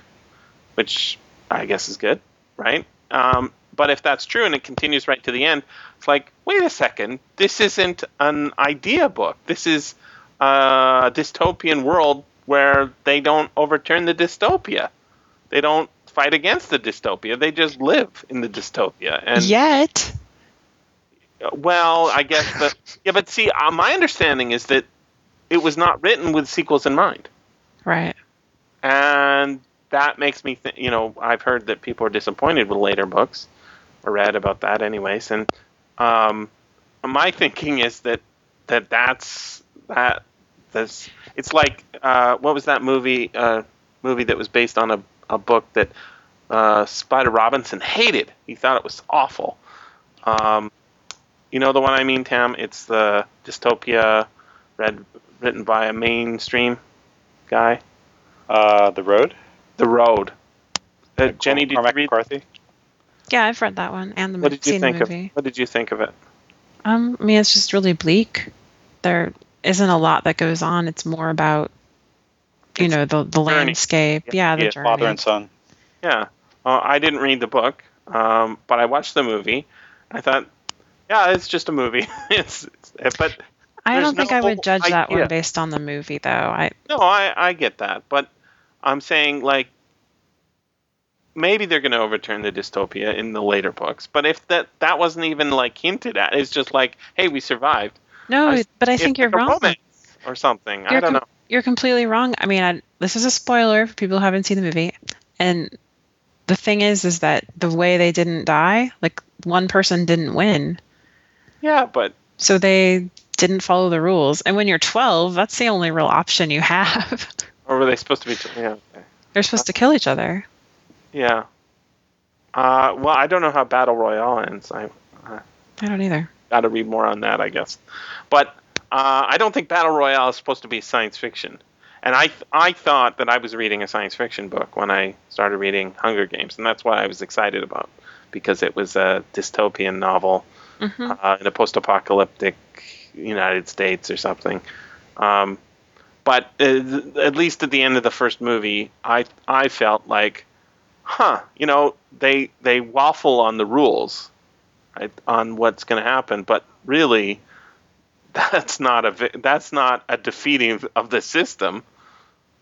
which i guess is good right um, but if that's true and it continues right to the end it's like wait a second this isn't an idea book this is a dystopian world where they don't overturn the dystopia they don't fight against the dystopia they just live in the dystopia and
Yet.
well, I guess, but yeah, but see, uh, my understanding is that it was not written with sequels in mind,
Right.
and that makes me, think. you know, I've heard that people are disappointed with later books, or read about that, anyways, and um, my thinking is that that that's that this it's like uh, what was that movie uh, movie that was based on a a book that uh, Spider Robinson hated. He thought it was awful. Um, you know the one I mean, Tam. It's the dystopia, read written by a mainstream guy.
Uh, the Road?
The Road. Uh, Jenny, did you
Cormac
read?
McCarthy?
Yeah, I've read that one and the
What
mo-
did you
seen
think
the
of?
movie.
What did you think of it?
Um, I mean, it's just really bleak. There isn't a lot that goes on. It's more about, you
It's
know, the the
journey.
landscape. Yeah, the
Yeah,
journey.
Father and son.
Yeah. Uh, I didn't read the book, um, but I watched the movie. I thought, yeah, it's just a movie. it's, it's but
I
there's
don't think I
no
would judge that one
idea.
based on the movie, though. I
No, I, I get that, but I'm saying like maybe they're going to overturn the dystopia in the later books. But if that that wasn't even like hinted at, it's just like, hey, we survived.
no,
I-
but I
It's
think you're
like a
wrong.
romance or something. I
You're
don't
com-
know.
You're completely wrong. I mean, I, this is a spoiler for people who haven't seen the movie. And the thing is, is that the way they didn't die, like one person didn't win,
Yeah, but
so they didn't follow the rules. And when you're 12, that's the only real option you have.
or were they supposed to be? T- yeah. okay.
They're supposed to kill each other.
Yeah. Uh, well, I don't know how battle royale ends. I
I don't either.
got to read more on that, I guess. But uh, I don't think Battle Royale is supposed to be science fiction. And I, I thought that I was reading a science fiction book when I started reading Hunger Games, and that's what I was excited about because it was a dystopian novel
Mhm.
uh, in a post-apocalyptic United States or something. Um, but uh, th- at least at the end of the first movie, I I felt like, huh, you know, they they waffle on the rules, right, on what's going to happen, but really, that's not a vi- that's not a defeating of, of the system.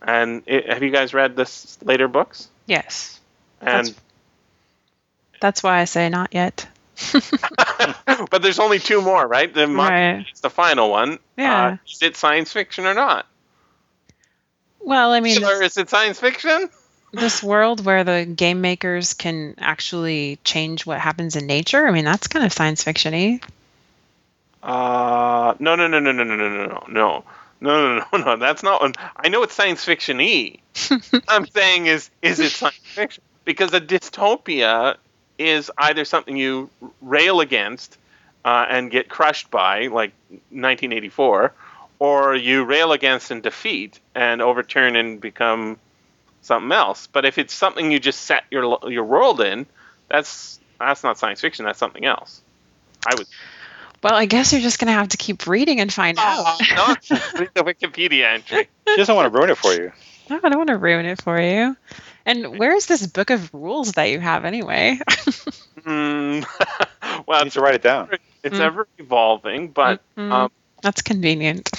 And it, have you guys read this later books?
Yes.
And
That's- That's why I say not yet.
but there's only two more, right? The mon-
Right.
it's the final one.
Yeah.
Uh, is it science fiction or not?
Well, I mean,
Taylor,
this,
is it science fiction?
this world where the game makers can actually change what happens in nature, I mean, that's kind of science fiction y.
Uh, no, no, no, no, no, no, no, no, no, no, no, no, no, no. That's not. One. I know it's science fiction e. I'm saying is is it science fiction? Because a dystopia is either something you rail against uh, and get crushed by, like 1984, or you rail against and defeat and overturn and become something else. But if it's something you just set your lo- your world in, that's that's not science fiction. That's something else. I would
Well, I guess you're just going to have to keep reading and find
Oh,
out.
not the Wikipedia entry.
She doesn't want to ruin it for you.
No, I don't want to ruin it for you. And where is this book of rules that you have anyway?
Hmm.
You
well,
need
it's,
to write it down.
it's
Mm.
ever evolving, but
Mm,
um,
that's convenient.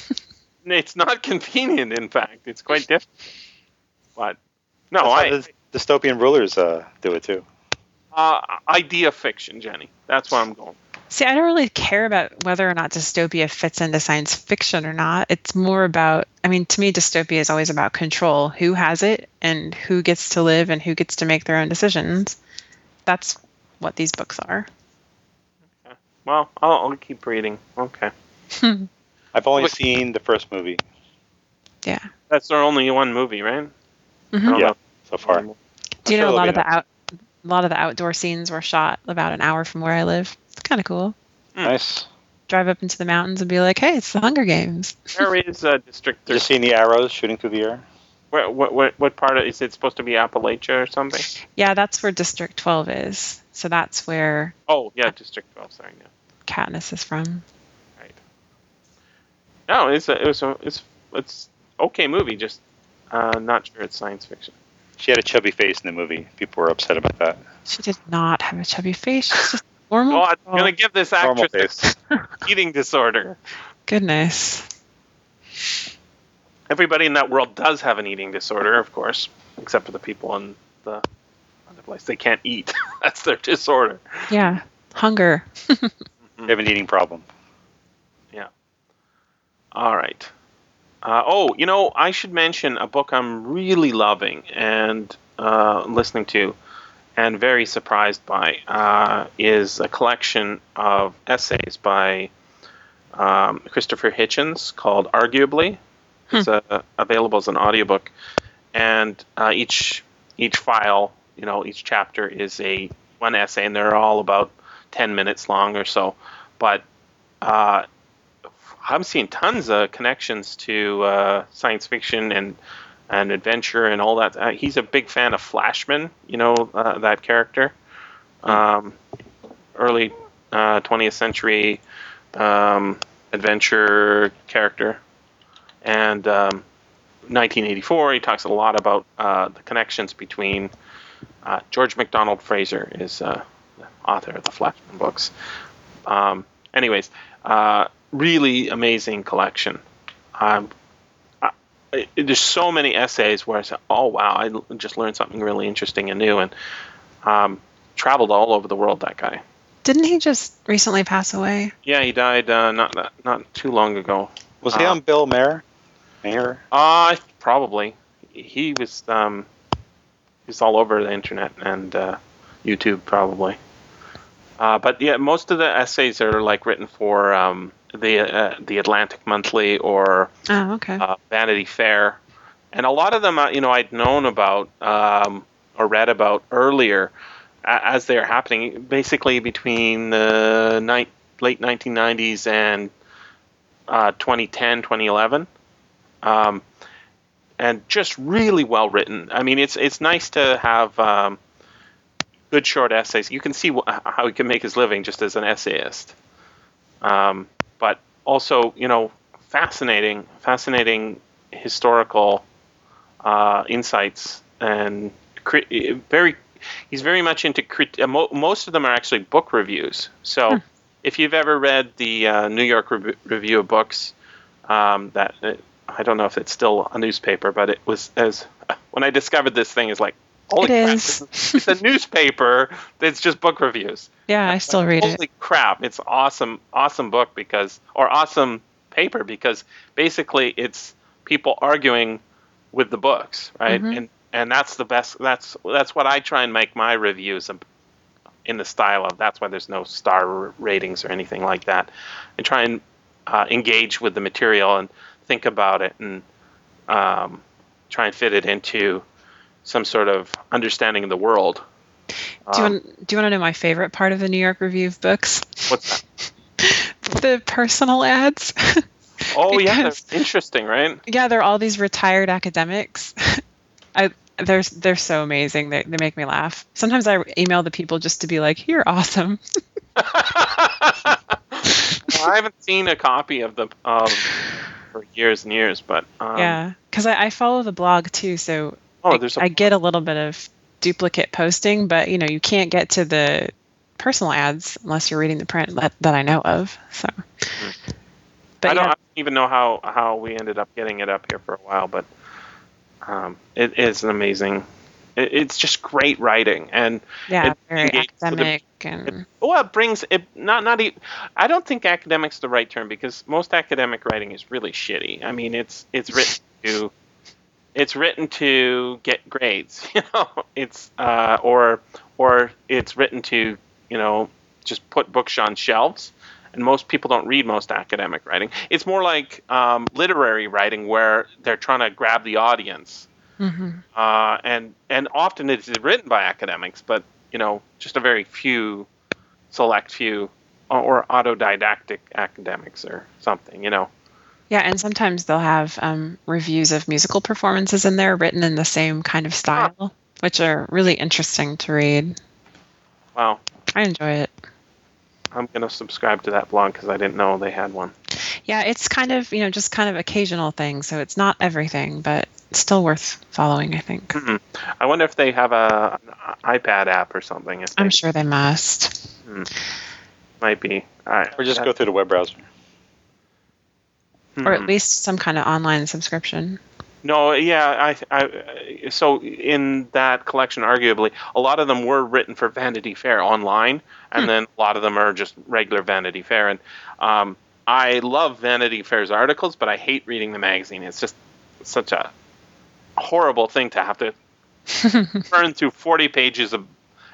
it's not convenient. In fact, it's quite difficult. But no,
That's
I
how the dystopian rulers uh, do it too.
uh, idea fiction, Jenny. That's where I'm going.
See, I don't really care about whether or not dystopia fits into science fiction or not. It's more about, I mean, to me, dystopia is always about control who has it and who gets to live and who gets to make their own decisions. That's what these books are.
Well, I'll, I'll keep reading. Okay,
I've only
Wait.
seen the first movie
Yeah.
that's their only one movie, right? I
Mhm.
don't
Yeah.
know.
so far.
Do
I'm
you know
sure
a lot
there'll
of
be
the out, a lot of the outdoor scenes were shot about an hour from where I live. It's kind of cool.
Nice.
Drive up into the mountains and be like, "Hey, it's the Hunger Games."
Where is uh, District
Just
13?
seeing the arrows shooting through the air.
Where, what, what, what part of, is it supposed to be Appalachia or something?
Yeah, that's where District 12 is. So that's where
Oh, yeah, District 12. Sorry, yeah.
Katniss is from.
Right. No, it's a, it was a, it's it's okay movie. Just uh, not sure it's science fiction.
She had a chubby face in the movie. People were upset about that.
She did not have a chubby face. She's just a normal.
Oh, I'm
girl.
gonna give this
Normal
actress
face.
an eating disorder.
Goodness.
Everybody in that world does have an eating disorder, of course, except for the people in the other place. They can't eat. That's their disorder.
Yeah. Hunger.
They have an eating problem.
All right. Uh, oh, you know, I should mention a book I'm really loving and uh, listening to and very surprised by uh, is a collection of essays by um, Christopher Hitchens called Arguably. It's uh, available as an audiobook. And uh, each each file, you know, each chapter is a one essay, and they're all about 10 minutes long or so. But uh, I'm seeing tons of connections to uh, science fiction and and adventure and all that. Uh, he's a big fan of Flashman, you know uh, that character, um, early uh, 20th century um, adventure character, and um, 1984. He talks a lot about uh, the connections between uh, George MacDonald Fraser is uh, the author of the Flashman books. Um, anyways, uh, really amazing collection. Um, I, I- there's so many essays where I said, "Oh wow, I l- just learned something really interesting and new," and um, traveled all over the world. That guy.
Didn't he just recently pass away?
Yeah, he died uh, not not- not too long ago.
Was he
Uh,
on Bill Mayer? Mayer?
Uh, probably. He was um, he was all over the internet and uh, YouTube probably. Uh, but yeah, most of the essays are like written for um, the uh, the Atlantic Monthly or
Oh, okay.
uh, Vanity Fair, and a lot of them, uh, you know, I'd known about um, or read about earlier a- as they were happening, basically between the ni- late 1990s and uh, 2010, 2011, um, and just really well written. I mean, it's it's nice to have. Um, Good short essays. You can see wh- how he can make his living just as an essayist um, but also you know fascinating fascinating historical uh, insights and cre- very he's very much into crit- uh, mo- most of them are actually book reviews.
Hmm.
So if you've ever read the uh, New York Rev- Review of Books, um, that uh, I don't know if it's still a newspaper, but it was as when I discovered this thing is like holy
It
crap,
is.
this is- it's a newspaper that's just book reviews.
Yeah, I still read
holy
it.
crap, it's awesome, awesome book because or awesome paper because basically it's people arguing with the books, right? And and that's the best. That's that's what I try and make my reviews ab- in the style of. That's why there's no star r- ratings or anything like that. I try and uh, engage with the material and think about it and um, try and fit it into some sort of understanding of the world.
Do you,
Um,
want, do you want to know my favorite part of the New York Review of Books?
What's that?
The personal ads.
Oh yeah,
Because-
that's interesting, right?
yeah, they're all these retired academics. I, they're they're so amazing. They they make me laugh. Sometimes I email the people just to be like, "You're awesome."
Well, I haven't seen a copy of the um, for years and years, but um,
yeah, because I, I follow the blog too, so
Oh,
I-
there's a
I get a little bit of duplicate posting, but you know you can't get to the personal ads unless you're reading the print that, that I know of. So, but
Hmm. I don't,
yeah,
I don't even know how, how we ended up getting it up here for a while, but um, it is an amazing. It, it's just great writing, and
yeah,
it
very
engages with the-
academic and
well, it brings it not not even. I don't think academic's the right term because most academic writing is really shitty. I mean, it's it's written to it's written to get grades, you know. It's uh, or or it's written to you know just put books on shelves. And most people don't read most academic writing. It's more like um, literary writing where they're trying to grab the audience
Mhm.
uh, and and often it is written by academics, but you know, just a very few, select few, uh, or, or autodidactic academics or something. You know,
yeah, and sometimes they'll have um, reviews of musical performances in there written in the same kind
Ah.
of style, which are really interesting to read.
wow,
I enjoy it.
I'm gonna subscribe to that blog because I didn't know they had one.
Yeah, it's kind of you know just kind of occasional thing, so it's not everything, but it's still worth following. I think.
Mm-hmm. I wonder if they have a an iPad app or something. If
I'm
they-
sure they must.
might be. I,
Or just go through the web browser.
or
Mm-hmm.
at least some kind of online subscription.
No, yeah, I, I, so in that collection, arguably, a lot of them were written for Vanity Fair online, and then a lot of them are just regular Vanity Fair. And um, I love Vanity Fair's articles, but I hate reading the magazine. It's just such a horrible thing to have to burn through forty pages of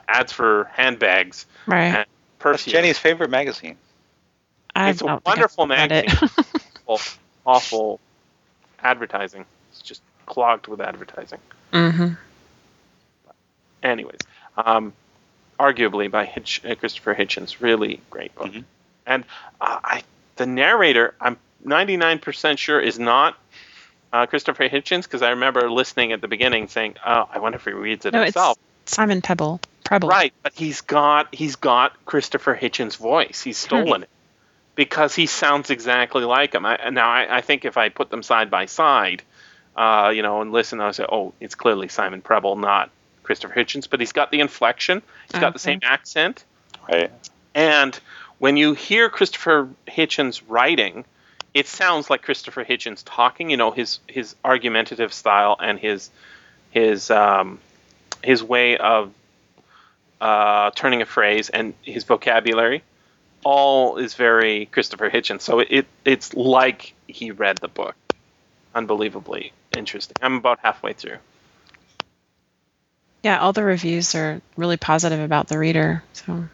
ads for handbags
Right.
and perfume.
That's Jenny's favorite magazine.
I
it's a
don't think I've
wonderful
read it.
awful, awful advertising. It's just clogged with advertising.
Mhm.
anyways, um, arguably by Hitch, uh, Christopher Hitchens, really great book.
Mhm.
And uh, I, the narrator, I'm 99% sure is not uh, Christopher Hitchens because I remember listening at the beginning saying, "Oh, I wonder if he reads it
No, it's
himself."
Simon Pebble. Pebble.
Right, but he's got he's got Christopher Hitchens' voice. He's stolen it because he sounds exactly like him. I, now I, I think if I put them side by side, uh, you know, and listen, I say, oh, it's clearly Simon Preble, not Christopher Hitchens. But he's got the inflection. He's got the same accent.
Right.
And when you hear Christopher Hitchens writing, it sounds like Christopher Hitchens talking. You know his his argumentative style and his his um, his way of uh, turning a phrase and his vocabulary all is very Christopher Hitchens. So it, it's like he read the book. Unbelievably interesting. I'm about halfway through.
Yeah, all the reviews are really positive about the reader. So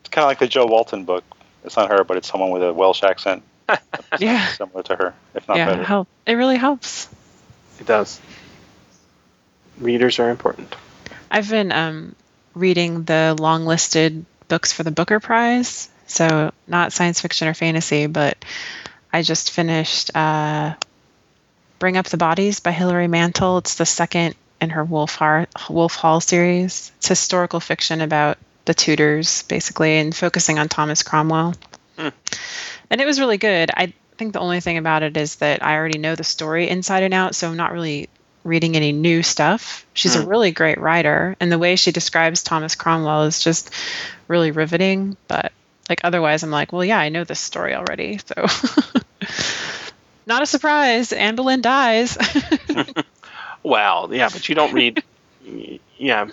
It's kind of like the Joe Walton book. It's not her, but it's someone with a Welsh accent
yeah,
similar to her, if not
yeah,
better.
it help. It really helps.
It does. Readers are important.
I've been um, reading the long listed books for the Booker Prize. So, not science fiction or fantasy, but I just finished uh, Bring Up the Bodies by Hilary Mantel. It's the second in her Wolf, Har- Wolf Hall series. It's historical fiction about the Tudors, basically, and focusing on Thomas Cromwell. And it was really good. I think the only thing about it is that I already know the story inside and out, so I'm not really reading any new stuff. She's a
Hmm.
really great writer, and the way she describes Thomas Cromwell is just really riveting. But like otherwise, I'm like, well, yeah, I know this story already, so not a surprise. Anne Boleyn dies.
Well, yeah, but you don't read. y- yeah,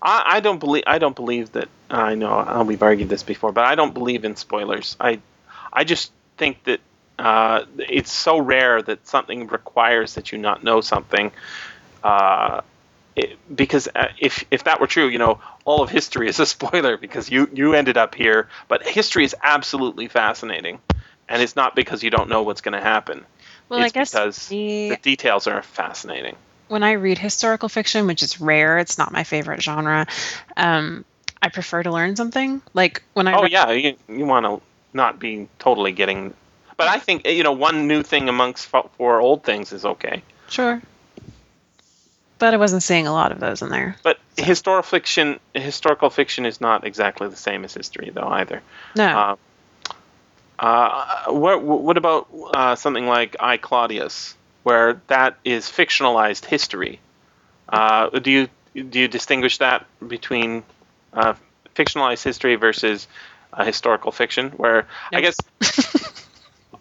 I, I don't believe. I don't believe that. I know uh, we've argued this before, but I don't believe in spoilers. I, I just think that uh, it's so rare that something requires that you not know something. Uh, it, because uh, if if that were true, you know, all of history is a spoiler because you you ended up here. But history is absolutely fascinating, and it's not because you don't know what's going to happen.
well,
it's
I guess
because
the-
the details are fascinating.
when I read historical fiction, which is rare, it's not my favorite genre. Um, I prefer to learn something. Like when I
Oh
read
yeah, you you want to not be totally getting. But I think you know one new thing amongst fo- four old things is okay.
Sure. But I wasn't seeing a lot of those in there.
But historical fiction, historical fiction is not exactly the same as history though either.
No.
Uh, uh, what what about uh, something like I Claudius, where that is fictionalized history? Uh, do you do you distinguish that between uh, fictionalized history versus uh, historical fiction? Where I
No.
guess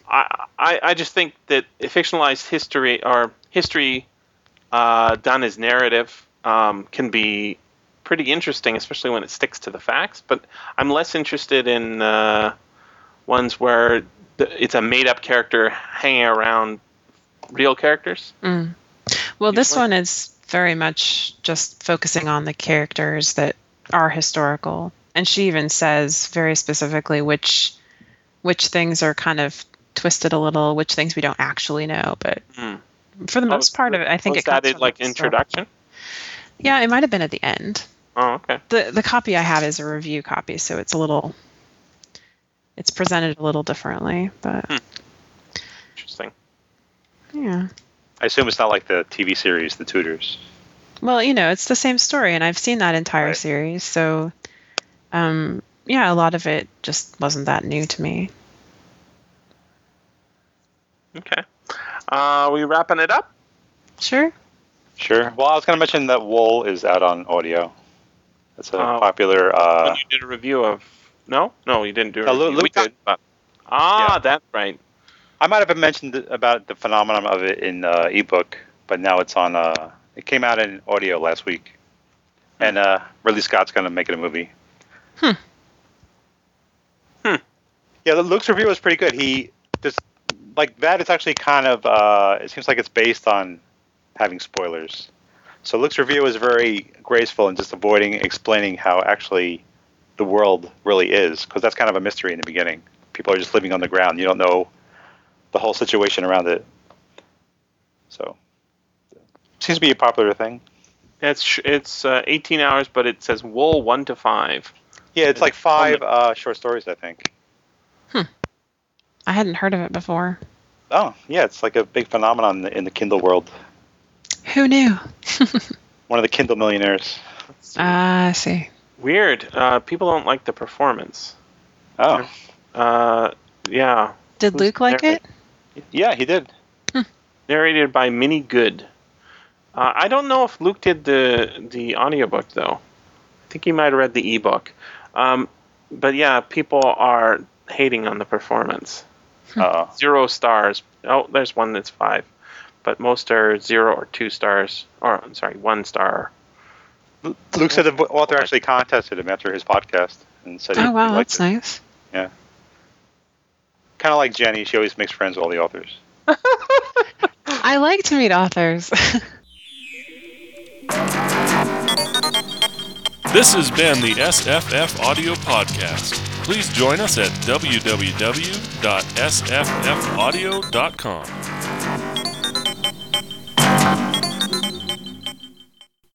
I, I I just think that fictionalized history or history uh, done as narrative um, can be pretty interesting, especially when it sticks to the facts. But I'm less interested in uh, ones where th- it's a made-up character hanging around real characters.
Mm. Well,
You
this
went-
one is very much just focusing on the characters that are historical, and she even says very specifically which which things are kind of twisted a little, which things we don't actually know. But
Mm.
for the most part of it, I think
was
it comes
that in,
from
like
the historical-
introduction.
Yeah, it might have been at the end.
Oh, okay.
the The copy I have is a review copy, so it's a little it's presented a little differently, but
Interesting. Hmm.
yeah.
I assume it's not like the TV series, The Tudors.
Well, you know, it's the same story, and I've seen that entire
Right.
series. So, um, yeah, a lot of it just wasn't that new to me.
Okay. Uh, we wrapping it up?
Sure.
Sure. Well, I was going to mention that Wool is out on audio. That's a
Oh.
popular. Uh,
When you did a review of? No, no, you didn't do. A
No, Lu-
review.
Luke
We talked
did.
about- Ah,
Yeah.
that's right.
I might have mentioned about the phenomenon of it in uh, ebook, but now it's on. Uh, it came out in audio last week, and uh, Ridley Scott's going to make it a movie.
Hmm.
Hmm.
Yeah, the Luke's review was pretty good. He just like that. It's actually kind of. Uh, it seems like it's based on having spoilers. So Luke's review is very graceful and just avoiding explaining how actually the world really is, because that's kind of a mystery in the beginning. People are just living on the ground. You don't know the whole situation around it. So, seems to be a popular thing.
It's it's uh, 18 hours, but it says wool one to five.
Yeah, it's like five uh, short stories, I think.
I hadn't heard of it before.
Oh, yeah, it's like a big phenomenon in the, in the Kindle world.
Who knew?
One of the Kindle millionaires.
Ah, I see.
Weird. Uh, people don't like the performance.
Oh,
Uh, yeah.
Did
Who's
Luke like
there?
it?
yeah, he did.
Narrated by Minnie Good. Uh, I don't know if Luke did the the audiobook though. I think he might have read the ebook. Um, but yeah, people are hating on the performance.
Hmm.
Oh,
Zero stars. Oh, there's one that's five, but most are zero or two stars. Or I'm sorry, one star.
Luke said the author actually contested him after his podcast and said, he-
Oh, wow,
he liked
that's
it.
nice.
Kind of like Jenny, she always makes friends with all the authors.
I like to meet authors.
This has been the SFF Audio Podcast. Please join us at www.sffaudio.com.